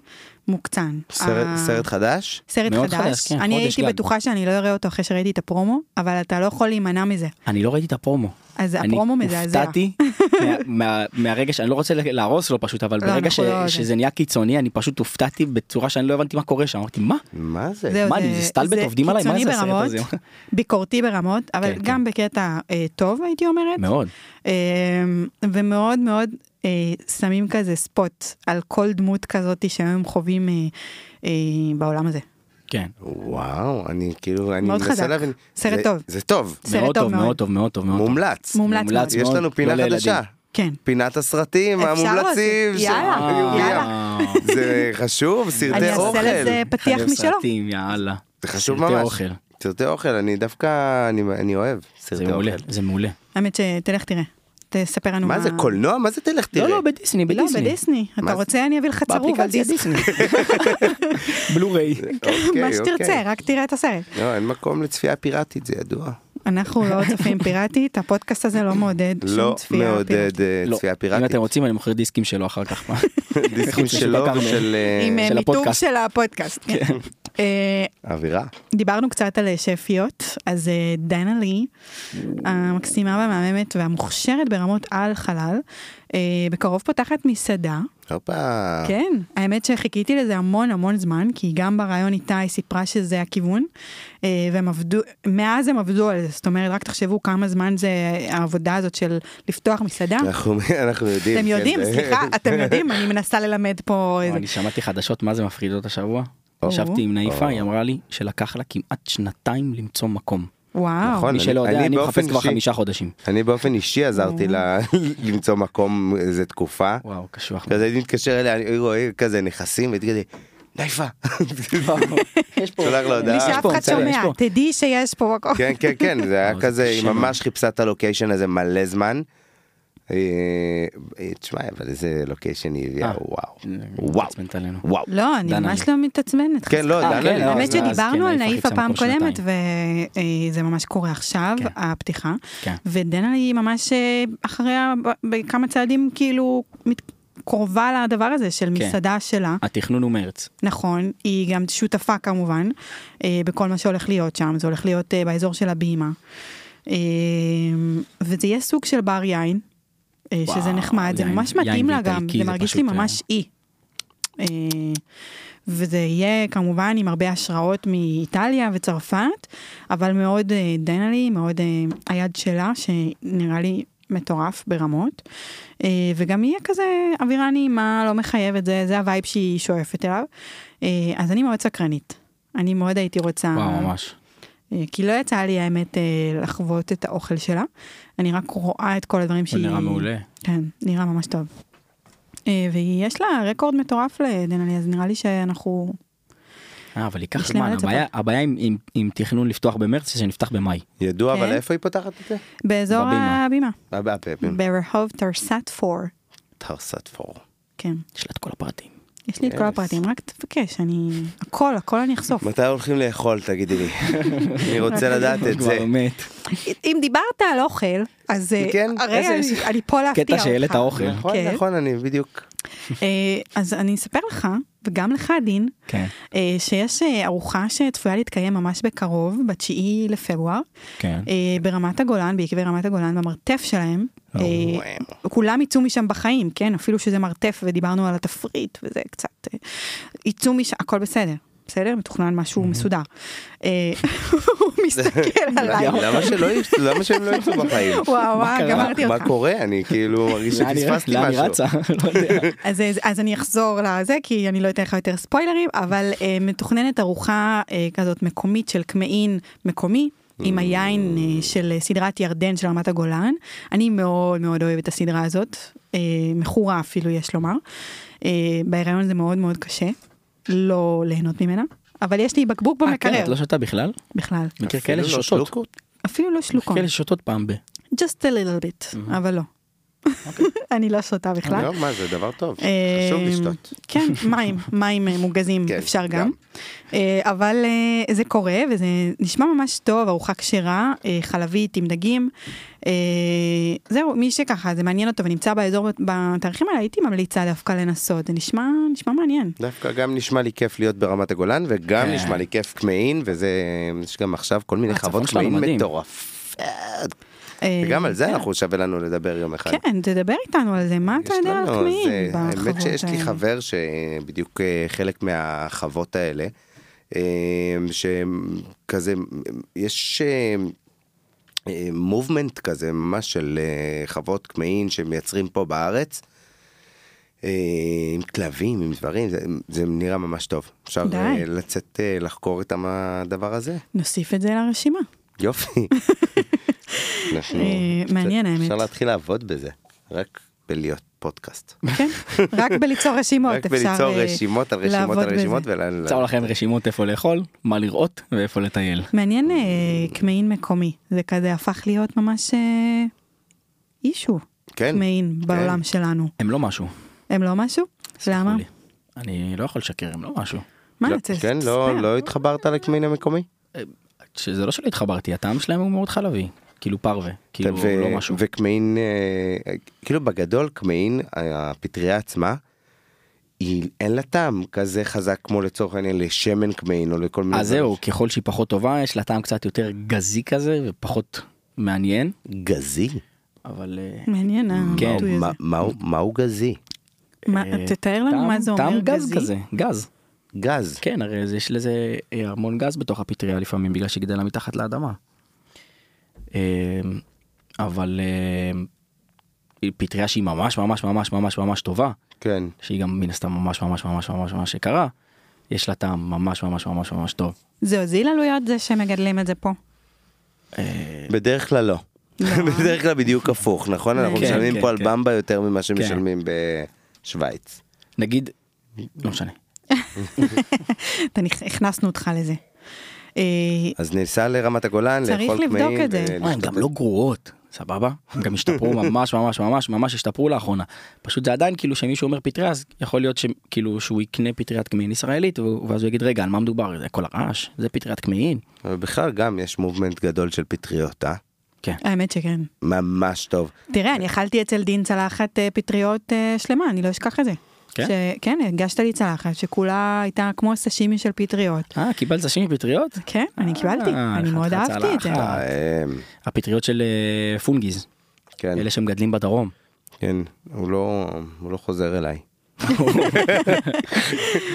S1: מוקצן.
S3: סרט-
S1: ה-
S3: סרט חדש?
S1: סרט
S2: מאוד
S1: חדש.
S2: חדש, כן,
S1: אני
S2: חודש
S1: הייתי
S2: גג.
S1: בטוחה שאני לא אראה אותו אחרי שראיתי את הפרומו, אבל אתה לא יכול להימנע מזה.
S2: אני לא ראיתי את הפרומו.
S1: אז
S2: אני
S1: הפרומו מזעזע.
S2: הופתעתי מה- מה- מהרגע שאני לא רוצה להרוס לו פשוט, אבל
S1: לא,
S2: ברגע ש-
S1: אנחנו לא-
S2: שזה נהיה קיצוני, אני פשוט הופתעתי בצורה שאני לא הבנתי מה קורה שם. אמרתי, מה?
S3: מה זה?
S1: זהו,
S2: מה, אני- זה סטלבט? עובדים עליי? מה
S1: אה, קיצוני
S2: זה הסרט
S1: ברמות,
S2: הזה?
S1: ביקורתי ברמות, אבל
S2: כן,
S1: גם
S2: כן.
S1: בקטע אה, טוב, הייתי אומרת.
S2: מאוד.
S1: אה, ומאוד מאוד אה, שמים כזה ספוט על כל דמות כזאת שהיום הם חווים אה, אה, בעולם הזה.
S2: כן.
S3: וואו, אני כאילו, אני
S1: מאוד
S3: מנסה
S1: חזק.
S3: להבין.
S1: סרט
S3: זה-
S1: טוב.
S3: זה טוב.
S1: סרט
S2: מאוד
S1: טוב
S2: טוב,
S1: מאוד.
S2: מאוד טוב, מאוד טוב, מאוד טוב.
S3: מומלץ.
S1: מומלץ מאוד.
S3: יש לנו פינה
S2: לא
S3: חדשה.
S2: לילדים.
S1: כן.
S3: פינת הסרטים
S1: אפשר
S3: המומלצים.
S1: להוסיף,
S3: של
S1: יאללה,
S3: יוליה.
S1: אה,
S2: אה,
S1: יאללה.
S3: זה חשוב,
S1: אני
S3: סרטי אוכל.
S1: אעשה לזה פתיח
S2: חייב
S1: משלו.
S2: סרטים, יאללה.
S3: זה חשוב
S2: סרטי
S3: ממש.
S2: אוכל.
S3: סרטי אוכל, אני דווקא, אני, אני אוהב
S2: זה
S3: סרטי אוכל.
S2: מעולה, זה מעולה.
S1: האמת שתלך אה, תראה. תספר לנו
S3: מה זה, קולנוע? מה זה תלך תראה?
S2: לא, לא, בדיסני,
S1: לא,
S2: בדיסני.
S1: בדיסני. אתה
S3: מה זה?
S1: רוצה אני אביא לך צרוב על
S2: באפליקציה
S1: דיסני.
S2: דיסני. בלו-ריי.
S3: אוקיי,
S1: כן, מה שתרצה,
S3: אוקיי.
S1: רק תראה את הסרט.
S3: לא, אין מקום לצפייה פיראטית, זה ידוע.
S1: אנחנו לא צופים פיראטית, הפודקאסט הזה לא מעודד שום
S3: לא
S1: צפייה פיראטית.
S3: מעודד אה,
S2: לא,
S3: צפייה
S2: אם אתם
S3: פיראטית.
S2: רוצים אני מוכר דיסקים שלו אחר כך. לא מה?
S3: דיסקים שלו
S2: שבכרמל.
S3: ושל אה,
S1: עם אה,
S2: של
S1: מיתוג
S2: הפודקאסט.
S1: של הפודקאסט. כן. אה,
S3: אווירה.
S1: דיברנו קצת על אה, שפיות, אז אה, דנה לי, המקסימה והמהממת והמוכשרת ברמות על חלל, אה, בקרוב פותחת מסעדה.
S2: אה.
S3: הופה.
S1: כן, האמת שחיכיתי לזה המון המון זמן, כי גם ברעיון איתה היא סיפרה שזה הכיוון, אה, והם עבדו, מאז הם עבדו על זה, זאת אומרת, רק תחשבו כמה זמן זה העבודה הזאת של לפתוח מסעדה.
S3: אנחנו אנחנו יודעים.
S1: אתם
S3: כן,
S1: יודעים,
S3: זה-
S1: סליחה, אתם יודעים, אני מנסה ללמד פה איזה...
S2: אני שמעתי חדשות מה זה מפחידות השבוע.
S1: או.
S2: ישבתי עם נאיפה,
S3: או.
S2: היא אמרה לי שלקח לה כמעט שנתיים למצוא מקום.
S1: וואו.
S3: נכון.
S2: מי שלא יודע,
S3: אני
S2: אני
S3: באופן
S2: מחפש כבר
S3: אישי-
S2: חמישה חודשים.
S3: אני באופן אישי עזרתי לה למצוא מקום איזה תקופה.
S2: וואו, קשוח.
S3: כזה הייתי מתקשר אליה, אני רואה כזה נכסים, והייתי כזה, נייפה.
S2: יש פה-
S3: שולח לו הודעה.
S1: בלי
S3: אה,
S2: נכון. יש
S1: שאף
S2: פה,
S1: אחד
S2: בסדר, יש
S1: שומע,
S2: פה.
S1: תדעי שיש פה מקום.
S3: כן, כן, כן, זה היה
S2: זה
S3: כזה, היא
S2: קשה מאוד.
S3: ממש חיפשה את הלוקיישן הזה מלא זמן. אה, אה, תשמע, אבל איזה לוקיישן היא הביאה,
S2: אה,
S3: וואו.
S2: זה
S3: וואו.
S2: מעצבן עלינו.
S3: וואו.
S1: לא, אני
S2: דנה
S1: ממש
S2: לי.
S1: לא מתעצמנת.
S3: כן, לא,
S2: אה,
S3: דנה
S2: כן,
S3: לי.
S2: לא,
S1: האמת
S2: אז- אז
S1: שדיברנו
S2: כן,
S1: על
S2: נעיף
S1: נעיף
S2: החיצה
S1: הפעם
S2: במקום
S1: קודמת, וזה ממש קורה עכשיו,
S2: כן.
S1: הפתיחה.
S2: כן.
S1: ודנה היא ממש אה, אחריה ב- בכמה צעדים כאילו מת- קרובה לדבר הזה של
S2: כן.
S1: מסעדה שלה,
S2: התכנון הוא מרץ.
S1: נכון, היא גם שותפה כמובן אה, בכל מה שהולך להיות שם, זה הולך להיות אה, באזור של הבימה. אה, וזה יהיה סוג של בר יין, אה, שזה
S2: וואו,
S1: נחמד, זה
S2: יין-
S1: ממש
S2: יין
S1: מתאים לה גם,
S2: ואיטלקי
S1: זה
S2: זה
S1: מרגיש לי
S2: פשוט, אה,
S1: ממש אי. אה, וזה יהיה כמובן עם הרבה השראות מאיטליה וצרפת, אבל מאוד אה, דנלי, מאוד אה, היד שלה, שנראה לי מטורף ברמות. אה, וגם יהיה כזה אווירה נעימה, לא מחייבת, זה, זה הווייב שהיא שואפת אליו. אה, אז אני מאוד סקרנית. אני מאוד הייתי רוצה,
S2: וואו, ממש.
S1: אה, כי לא יצא לי האמת אה, לחוות את האוכל שלה, אני רק רואה את כל הדברים
S2: הוא
S1: שהיא...
S2: נראה מעולה.
S1: כן, נראה ממש טוב. אה, ויש לה רקורד מטורף לדנלי, אז נראה לי שאנחנו...
S2: אה, אבל ייקח
S1: יש למה
S2: זמן,
S1: לצפות.
S2: הבעיה- הבעיה עם- עם- עם תכנון לפתוח במרץ זה שנפתח במאי.
S3: ידוע, אבל
S1: כן.
S3: איפה היא פותחת את זה? אה,
S1: באזור
S2: בבימה. כן.
S1: הבימה.
S3: הבא, הפעמים.
S1: ברחוב תרסת 4.
S3: תרסת פור.
S1: כן,
S2: יש לה את כל הפרטים.
S1: יש לי את כל
S2: אה,
S3: Yes.
S1: הפרטים, רק תבקש, אני... הכל, הכל אני אחשוף.
S3: מתי הולכים לאכול, תגידי לי? אני רוצה לדעת את
S2: כבר לא
S3: זה.
S2: מת.
S1: אם דיברת על אוכל, אז אה,
S3: כן,
S1: הרי
S2: איזה-
S1: אני- אני פה להפתיע אותך.
S2: קטע שהעלית אוכל.
S3: נכון,
S1: כן.
S3: נכון, אני בדיוק.
S1: אה, אז אני אספר לך, וגם לך, דין,
S2: כן,
S1: אה, שיש אה, ארוחה שצפויה להתקיים ממש בקרוב, בתשיעי לפברואר,
S2: כן.
S1: אה, ברמת הגולן, בעקבי רמת הגולן, במרתף שלהם.
S2: או,
S1: אה, כולם יצאו משם בחיים, כן? אפילו שזה מרתף ודיברנו על התפריט וזה קצת... אה, יצאו משם, הכל בסדר. בסדר? מתוכנן משהו מסודר. אה, הוא מסתכל עליי.
S3: למה שלא יצאו- למה שהם לא יצאו בחיים?
S1: וואו, וואו,
S2: קרה?
S1: גמרתי
S3: מה
S1: אותך.
S3: קורה? אני כאילו מרגיש
S2: לאן היא-
S3: שפספסתי
S2: לאן היא
S3: משהו.
S2: רצה? לא יודע.
S1: אז, אז- אז אני אחזור לזה, כי אני לא אתן לך יותר ספוילרים, אבל אה, מתוכננת ארוחה אה, כזאת מקומית של קמעין מקומי,
S2: Mm.
S1: עם היין אה, של סדרת ירדן של רמת הגולן. אני מאוד מאוד אוהבת את הסדרה הזאת, אה, מכורה אפילו יש לומר. אה, בהיריון זה מאוד מאוד קשה, לא ליהנות ממנה, אבל יש לי בקבוק
S2: אה, כן,
S1: במקרר
S2: את לא שותה בכלל?
S1: בכלל,
S2: מכיר כאלה
S3: אפילו לא
S2: ששותות.
S3: שלוקות.
S1: אפילו לא שלוקון,
S2: כאלה ששותות פעם ב...
S1: just a little bit,
S2: Mm-hmm.
S1: אבל לא.
S2: אוקיי.
S1: אני לא שותה בכלל.
S3: לא, מה זה דבר טוב,
S1: אה,
S2: אמ,
S3: חשוב לשתות.
S1: כן, מים, מים אה, מוגזים
S3: כן,
S1: אפשר
S3: גם.
S1: גם. אה, אבל אה, זה קורה וזה נשמע ממש טוב, ארוחה כשרה, אה, חלבית עם דגים. אה, זהו, מי שככה, זה מעניין אותו ונמצא באזור בתאריכים האלה, הייתי ממליצה דווקא לנסות, זה נשמע, נשמע מעניין.
S3: דווקא גם נשמע לי כיף להיות ברמת הגולן, וגם
S2: כן.
S3: נשמע לי כיף קמעין, וזה, יש גם עכשיו כל מיני
S2: הצפון
S3: חוות
S2: שלנו
S3: קמעין
S2: מדהים. כן.
S3: מטורפות.
S1: אה,
S3: וגם על זה
S1: בסדר.
S3: אנחנו שווה לנו לדבר יום אחד.
S1: כן, תדבר איתנו על זה, מה אתה
S3: יש
S1: יודע על
S3: לנו,
S1: קמעין
S3: אז, אה,
S1: בחוות האלה?
S3: האמת שיש לי חבר שבדיוק אה, חלק מהחוות האלה, אה, שכזה, יש מובמנט כזה ממש של אה, חוות קמעין שמייצרים פה בארץ. אה, עם כלבים, עם דברים, זה, זה נראה ממש טוב. אפשר
S1: די.
S3: אה, לצאת אה, לחקור איתם הדבר הזה.
S1: נוסיף את זה לרשימה.
S3: יופי. אנחנו-
S1: אה, מעניין, האמת.
S3: אפשר להתחיל לעבוד בזה, רק בלהיות פודקאסט.
S1: כן, רק בליצור רשימות
S3: רק
S1: אפשר
S3: בליצור
S1: אה,
S3: רשימות על רשימות
S1: לעבוד
S3: על
S1: בזה.
S3: רשימות ול...
S2: יצאו לכם רשימות איפה לאכול, מה לראות ואיפה לטייל.
S1: מעניין אה, קמעין מקומי, זה כזה הפך להיות ממש אה, אישו,
S3: כן,
S1: קמעין בעולם שלנו.
S2: הם לא משהו.
S1: הם לא משהו? למה?
S2: לי. אני לא יכול לשקר, הם לא משהו.
S1: מה,
S3: לא-
S1: זה-
S3: כן,
S1: תספר.
S3: לא לא התחברת לקמין המקומי?
S2: שזה לא שלא התחברתי, הטעם שלהם הוא מאוד חלבי. כאילו פרווה, כאילו
S3: ו-
S2: לא משהו.
S3: וקמעין, אה, כאילו בגדול קמעין, הפטריה עצמה, היא אין לה טעם כזה חזק כמו לצורך העניין לשמן קמעין או לכל מיני...
S2: אז
S3: דברים.
S2: זהו, ככל שהיא פחות טובה, יש לה טעם קצת יותר גזי כזה ופחות מעניין,
S3: גזי?
S2: אבל... אה,
S1: מעניין
S2: כן.
S1: הביטוי הזה.
S3: מה- מה הוא- מה הוא גזי?
S1: מה-
S2: אה,
S1: תתאר לנו
S2: טעם-
S1: מה זה אומר
S2: טעם גז
S1: גזי.
S2: כזה, גז.
S3: גז.
S2: כן, הרי זה- יש לזה אה, המון גז בתוך הפטריה לפעמים, בגלל שהיא גדלה מתחת לאדמה. אה, אבל אה, היא פטריה שהיא ממש ממש ממש ממש ממש טובה,
S3: כן.
S2: שהיא גם מן הסתם ממש ממש ממש ממש ממש יקרה, יש לה טעם ממש ממש ממש ממש טוב.
S1: זה הוזיל עלויות זה שמגדלים את זה פה.
S2: אה,
S3: בדרך כלל לא.
S1: לא.
S3: בדרך כלל בדיוק הפוך, נכון? אנחנו
S2: כן,
S3: משלמים
S2: כן,
S3: פה על
S2: כן.
S3: במבה יותר ממה
S2: כן.
S3: שמשלמים בשוויץ.
S2: נגיד, לא משנה.
S1: אתה נכ- הכנסנו אותך לזה. אה,
S3: אז ניסע לרמת הגולן,
S1: צריך
S3: לאכול
S1: לבדוק
S3: קמעים.
S1: את זה.
S3: ולשתות
S2: אה, הן גם לא גרועות, סבבה? הן גם השתפרו ממש ממש ממש ממש השתפרו לאחרונה. פשוט זה עדיין כאילו שמישהו אומר פטריה, אז יכול להיות שכאילו שהוא יקנה פטריית קמעין ישראלית, והוא- ואז הוא יגיד רגע על מה מדובר, זה כל הרעש, זה פטריית קמעין.
S3: אבל בכלל גם יש מובמנט גדול של פטריות, אה?
S2: כן.
S1: האמת שכן.
S3: ממש טוב.
S1: תראה, אני אכלתי אצל דין צלחת אה, פטריות אה, שלמה, אני לא אשכח את זה.
S2: כן?
S1: ש- כן, הגשת לי צלחת שכולה הייתה כמו סשימי של פטריות.
S2: אה, קיבלת סשימי פטריות?
S1: כן, אני קיבלתי,
S2: אה,
S1: אני מאוד
S2: חתיכת
S1: אהבתי את זה.
S2: צלחת.
S3: אה,
S2: הפטריות של אה, פונגיז,
S3: כן,
S2: אלה שמגדלים בדרום.
S3: כן, הוא לא, הוא לא חוזר אליי.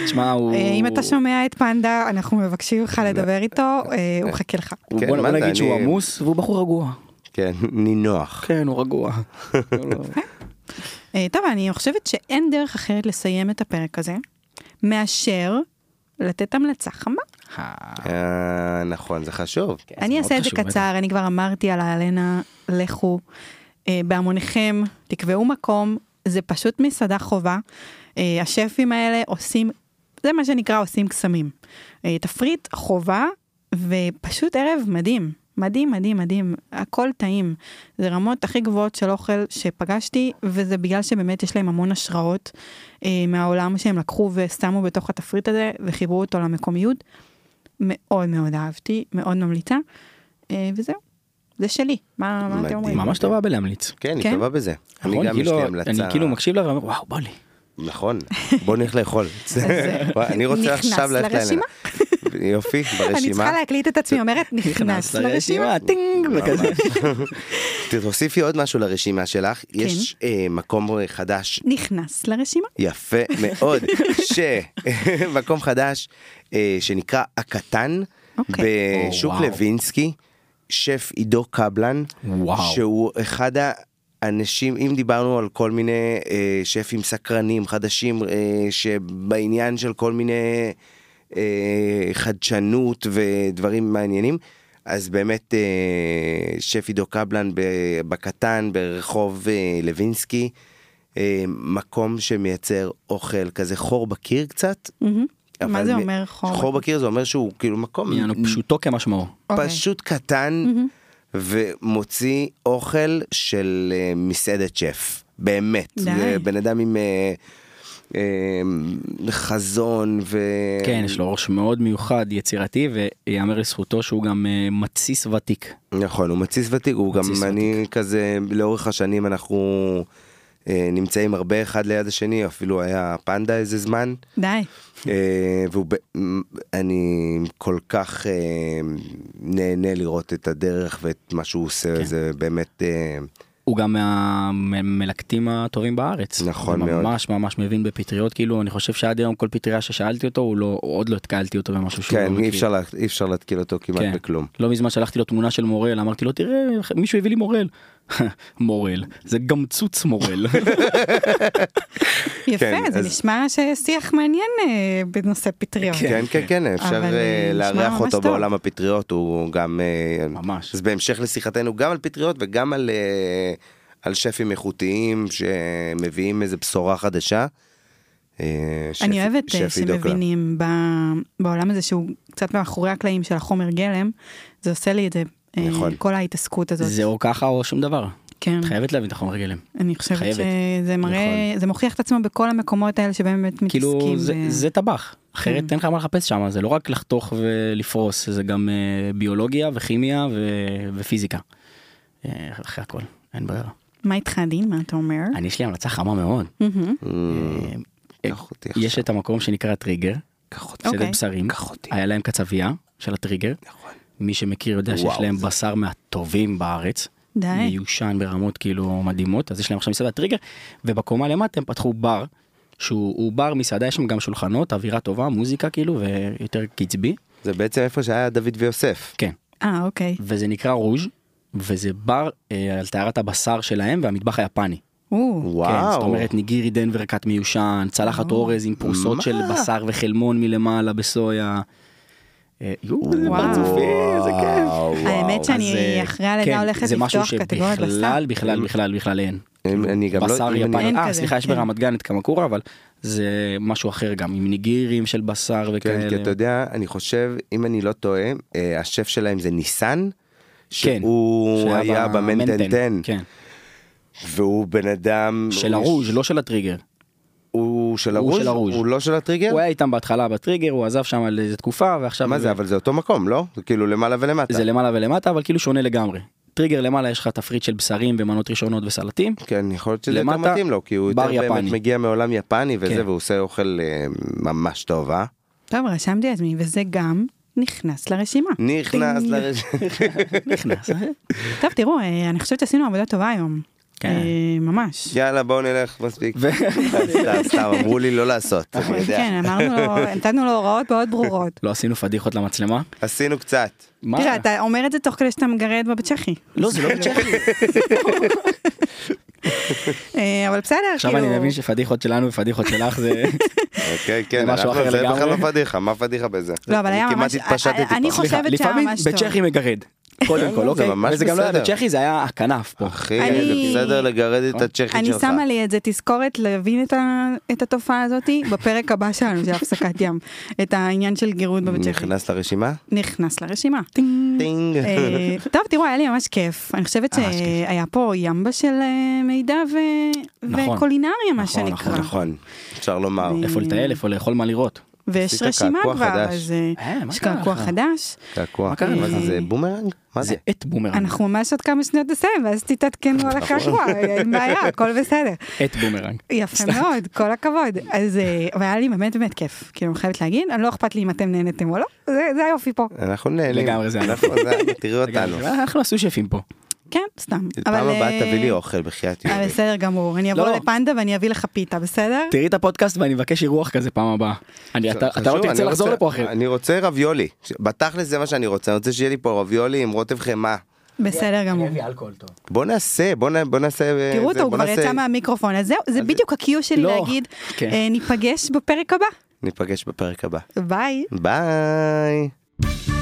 S2: תשמע, הוא...
S1: אה, אם אתה שומע את פנדה, אנחנו מבקשים ממך לדבר איתו, אה, הוא מחכה לך.
S2: הוא-
S3: כן,
S2: בוא
S3: מה
S2: בוא
S3: זה,
S2: נגיד שהוא
S3: אני-
S2: עמוס והוא בחור רגוע.
S3: כן, נינוח.
S2: כן, הוא רגוע.
S1: אה, טוב, אני חושבת שאין דרך אחרת לסיים את הפרק הזה, מאשר לתת המלצה חמה.
S2: אה,
S3: אה, נכון, זה חשוב.
S2: כן,
S1: אני
S2: מאוד
S1: אעשה את זה
S2: חשוב, בטח.
S1: קצר, אני כבר אמרתי על האלנה, לכו אה, בהמוניכם, תקבעו מקום, זה פשוט מסעדה חובה. אה, השפים האלה עושים, זה מה שנקרא עושים קסמים. אה, תפריט חובה, ופשוט ערב מדהים. מדהים, מדהים, מדהים, הכל טעים. זה רמות הכי גבוהות של אוכל שפגשתי, וזה בגלל שבאמת יש להם המון השראות אה, מהעולם שהם לקחו ושמו בתוך התפריט הזה, וחיברו אותו למקומיות. מאוד מאוד אהבתי, מאוד ממליצה, אה, וזהו. זה שלי, מה, מה אתם
S3: מדהים.
S1: אומרים?
S2: היא ממש טובה בלהמליץ.
S3: כן, היא
S1: כן?
S3: טובה בזה. אני
S2: נכון?
S3: גם יש
S2: כאילו,
S3: לי המלצה.
S2: אני כאילו מקשיב לה ואומר וואו בא לי.
S3: נכון, בוא נלך לאכול.
S1: אז, אה,
S3: אני רוצה
S1: נכנס
S3: עכשיו ללכת
S1: לרשימה?
S3: לאלנה. יופי, ברשימה.
S1: אני צריכה להקליט את עצמי אומרת נכנס לרשימה.
S2: טינג וכזה.
S3: תוסיפי עוד משהו לרשימה שלך.
S1: כן.
S3: יש אה, מקום אה, חדש
S1: נכנס לרשימה.
S3: יפה מאוד, שמקום חדש אה, שנקרא הקטן
S1: אוקיי.
S3: בשוק
S2: או, וואו.
S3: לוינסקי, שף עידו קבלן,
S2: וואו.
S3: שהוא אחד האנשים, אם דיברנו על כל מיני אה, שפים סקרנים חדשים אה, שבעניין של כל מיני אה, חדשנות ודברים מעניינים, אז באמת אה, שף עידו קבלן ב- בקטן ברחוב אה, לוינסקי, אה, מקום שמייצר אוכל כזה חור בקיר קצת.
S1: מהמם.
S3: אבל
S1: מה זה
S3: מ-
S1: אומר חור?
S3: חור בקיר זה אומר שהוא כאילו מקום
S2: יענו, פשוטו כמשמעו.
S1: אוקיי.
S3: פשוט קטן ומוציא אוכל של אה, מסעדת שף, באמת.
S1: די.
S3: זה בן אדם עם אה, אה, חזון ו...
S2: כן, יש
S3: אה.
S2: לו ראש מאוד מיוחד, יצירתי, ויאמר לזכותו שהוא גם אה, מתסיס ותיק.
S3: נכון, הוא מתסיס ותיק, הוא גם,
S2: מתסיס
S3: אני כזה, לאורך השנים אנחנו אה, נמצאים הרבה אחד ליד השני, אפילו היה פנדה איזה זמן.
S1: די.
S3: אה, והוא ב- מ- אני כל כך אה, נהנה לראות את הדרך ואת מה שהוא עושה,
S2: כן.
S3: זה באמת... אה,
S2: הוא גם מהמלקטים הטובים בארץ.
S3: נכון
S2: הוא
S3: מאוד.
S2: ממש ממש מבין בפטריות, כאילו, אני חושב שעד היום כל פטריה ששאלתי אותו, הוא לא, עוד לא התקלתי אותו במשהו שהוא לא
S3: כן, אי
S2: מכיר.
S3: אפשר, לה- אי אפשר להתקיל אותו כמעט
S2: כן.
S3: בכלום.
S2: לא מזמן שלחתי לו תמונה של מורל, אמרתי לו, תראה, מישהו הביא לי מורל. מורל, זה גמצוץ מורל.
S1: יפה,
S3: כן,
S1: זה
S3: אז-
S1: נשמע ששיח מעניין אה, בנושא פטריות.
S3: כן, כן, כן, אפשר
S1: אבל,
S3: אה,
S1: אה, נשמע
S3: לארח
S1: ממש
S3: אותו
S1: טוב.
S3: בעולם הפטריות, הוא גם... אה,
S2: ממש.
S3: אז בהמשך לשיחתנו גם על פטריות וגם על, אה, על שפים איכותיים שמביאים איזה בשורה חדשה. אה, שפי-
S1: אני אוהבת אה,
S3: שפי דוקלם.
S1: שמבינים ב- בעולם הזה שהוא קצת מאחורי הקלעים של החומר גלם, זה עושה לי את זה, אה,
S3: נכון.
S1: כל ההתעסקות הזאת.
S2: זה או ככה או שום דבר.
S1: כן,
S2: את חייבת להבין את החומר גלם.
S1: אני חושבת
S2: חייבת. נכון.
S1: שזה מראה, זה מוכיח את עצמו בכל המקומות האלה שבהם באמת מתעסקים.
S2: כאילו זה-
S1: ב-
S2: זה טבח. אחרת
S1: אה. כן.
S2: אין לך מה לחפש שם, זה לא רק לחתוך ולפרוס, זה גם אה, ביולוגיה וכימיה ו- ופיזיקה. אה, אחרי הכל, אין ברירה.
S1: מה איתך דין? מה אתה אומר?
S2: אני יש לי המלצה חמה מאוד.
S1: מהמם.
S3: אה,
S2: אה,
S3: קח אותי עכשיו.
S2: יש את המקום שנקרא טריגר,
S3: קח אותי.
S1: אוקיי.
S2: שזה בשרים,
S3: קח אותי.
S2: היה להם קצבייה של הטריגר,
S3: נכון.
S2: מי שמכיר יודע שיש
S3: וואו,
S2: להם
S3: זה-
S2: בשר מהטובים בארץ.
S1: די.
S2: אה? מיושן ברמות כאילו מדהימות, אז יש להם עכשיו מסעדה טריגר, ובקומה למטה הם פתחו בר, שהוא הוא בר מסעדה, יש שם גם שולחנות, אווירה טובה, מוזיקה כאילו, ויותר קצבי,
S3: זה בעצם איפה שהיה דוד ויוסף.
S2: כן,
S1: אה, אוקיי.
S2: וזה נקרא רוז', וזה בר אה, על טהרת הבשר שלהם והמטבח היפני.
S1: או,
S2: כן,
S3: וואו. אה,
S2: זאת אומרת ניגירי דנבר כת מיושן, צלחת אורז עם פרוסות
S3: מה?
S2: של בשר וחלמון מלמעלה בסויה. אה, יואו, איזה
S1: וואו.
S2: פרצופי, איזה כיף.
S3: וואו, וואו.
S1: האמת שאני-
S2: אז, אה,
S1: אחרי הלידה הולכת
S2: זה משהו
S1: לפתוח קטגוריית בשר.
S2: שבכלל, בכלל, בכלל, בכלל אין. כאילו,
S3: אם- אני גם לא-
S2: בשר
S3: אם אני-
S2: יפני,
S1: אין
S2: אה
S1: כזה,
S2: סליחה, יש
S1: כן.
S2: ברמת גן את קמקורה, אבל זה משהו אחר גם, עם ניגירים של בשר
S3: כן, כי אתה
S2: וכאלה.
S3: יודע, אני חושב, אם אני לא טועה, אה, השף שלהם זה ניסן,
S2: כן,
S3: שהוא
S2: שהיה
S3: היה במנטנטן,
S2: כן.
S3: והוא בן אדם...
S2: של
S3: הוא-
S2: הרוז', לא של הטריגר.
S3: הוא של
S2: הוא
S3: הרוז'?
S2: של הרוז'.
S3: הוא לא של הטריגר?
S2: הוא היה איתם בהתחלה בטריגר, הוא עזב שם על איזה תקופה, ועכשיו...
S3: מה זה, אבל זה אותו מקום, לא? זה כאילו למעלה ולמטה.
S2: זה למעלה ולמטה, אבל כאילו שונה לגמרי. טריגר למעלה יש לך תפריט של בשרים ומנות ראשונות וסלטים.
S3: כן, יכול להיות שזה יותר
S2: למטה,
S3: מתאים לו, כי הוא
S2: בר
S3: יותר באמת
S2: יפני.
S3: מגיע מעולם יפני וזה,
S2: כן.
S3: והוא עושה אוכל אה, ממש טוב, אה?
S1: טוב, רשמתי לעצמי, וזה גם נכנס לרשימה.
S3: נכנס
S1: טינג.
S3: לרשת.
S2: נכנס. אה?
S1: טוב, תראו, אה, אני חושבת שעשינו עבודה טובה היום.
S2: כן.
S1: אה, ממש.
S3: יאללה, בואו נלך, מספיק.
S2: ו-
S3: סתם, סתם, אמרו לי לא לעשות, אני יודע.
S1: כן, אמרנו לו, נתנו לו הוראות מאוד ברורות.
S2: לא עשינו פדיחות למצלמה.
S3: עשינו קצת.
S2: מה?
S1: תראה, אתה אומר את זה תוך כדי שאתה מגרד בה בצ'כי.
S2: לא, זה לא בצ'כי.
S1: אה, אבל בסדר,
S2: עכשיו
S1: כאילו...
S2: אני מבין שפדיחות שלנו ופדיחות שלך זה...
S3: אוקיי,
S2: זה
S3: כן,
S2: משהו
S3: אנחנו-
S2: אחר
S3: זה
S2: לגמרי.
S3: בכלל לא פדיחה, מה פדיחה בזה?
S1: לא, אבל
S3: אני
S1: היה
S3: כמעט
S1: ממש...
S3: התפשטתי פה.
S1: אני
S2: סליחה,
S1: חושבת שהיה
S2: לפעמים
S1: ממש טוב.
S2: בצ'כי מגרד. קודם כל,
S3: לא, זה
S2: אוקיי.
S3: ממש
S2: וזה גם לא היה
S3: בסדר.
S2: בצ'כי, זה היה הכנף פה.
S3: אחי,
S1: אני-
S3: זה בסדר לגרד את הצ'כית
S1: אני
S3: שלך.
S1: שמה לי את זה תזכורת להבין את, ה... את התופעה הזאתי בפרק הבא שלנו של הפסקת ים. את העניין של גירוד בבצ'כי.
S3: נכנס לרשימה?
S1: נכנס לרשימה.
S3: טינג.
S1: אה, טוב, תראו, היה לי ממש כיף. אני חושבת
S2: ממש כיף.
S1: שהיה פה ימבה של אה, מידע ו-
S2: נכון.
S1: וקולינריה, מה
S2: נכון, נכון,
S1: שנקרא.
S3: נכון, אפשר לומר.
S1: אה,
S2: איפה לטייל, איפה לאכול, מה לראות.
S1: ויש
S3: עשית
S1: רשימה
S3: קעקוע
S1: כבר,
S3: חדש.
S1: אז
S2: אה, מה
S1: יש
S2: קרה אה.
S1: קעקוע
S2: לך?
S1: חדש.
S3: קעקוע.
S2: מה קרה?
S3: מה זה,
S1: אה,
S3: זה בומרנג? מה
S2: זה
S3: זה?
S2: עט בומרנג.
S1: אנחנו ממש עוד כמה שניות נסיים, ואז תתעדכנו
S2: נכון.
S1: על הקעקוע, אין בעיה, הכל בסדר.
S2: עט בומרנג.
S1: יפה מאוד, כל הכבוד. אז אה, אבל היה לי באמת באמת כיף, כאילו, אני חייבת להגיד, אני לא אכפת לי אם אתם נהנתם או לא, זה זה היופי פה.
S3: אנחנו נהנים.
S2: לגמרי זה אה,
S3: אנחנו, זה- תראו אותנו.
S2: אנחנו עשו שפים פה.
S1: כן, סתם.
S3: פעם
S1: אבל,
S3: הבאה
S1: אה,
S3: תביא לי אוכל, בחייאת
S1: אה,
S3: יובי.
S1: בסדר גמור, אני אבוא
S2: לא.
S1: לפנדה ואני אביא לך פיתה, בסדר?
S2: תראי את הפודקאסט ואני מבקש אירוח כזה פעם הבאה. אני- אתה אתה לא
S3: חשוב,
S2: תרצה
S3: אני
S2: לחזור
S3: רוצה-
S2: לפה אחרת.
S3: אני רוצה רביולי. ש- בתכלס זה מה שאני רוצה, אני רוצה שיהיה לי פה רביולי עם רוטב חמאה.
S1: בסדר גמור.
S2: אלכוהול טוב.
S3: בוא נעשה, בוא נ- בוא נעשה... אה,
S1: תראו
S3: זה,
S1: אותו, הוא
S3: בוא
S1: כבר
S3: נעשה-
S1: יצא מהמיקרופון, אז זהו, זה בדיוק ה-Q שלי
S2: לא.
S1: להגיד,
S2: כן.
S1: אה, ניפגש בפרק הבא.
S3: ניפגש בפרק הבא.
S1: ביי.
S3: ביי.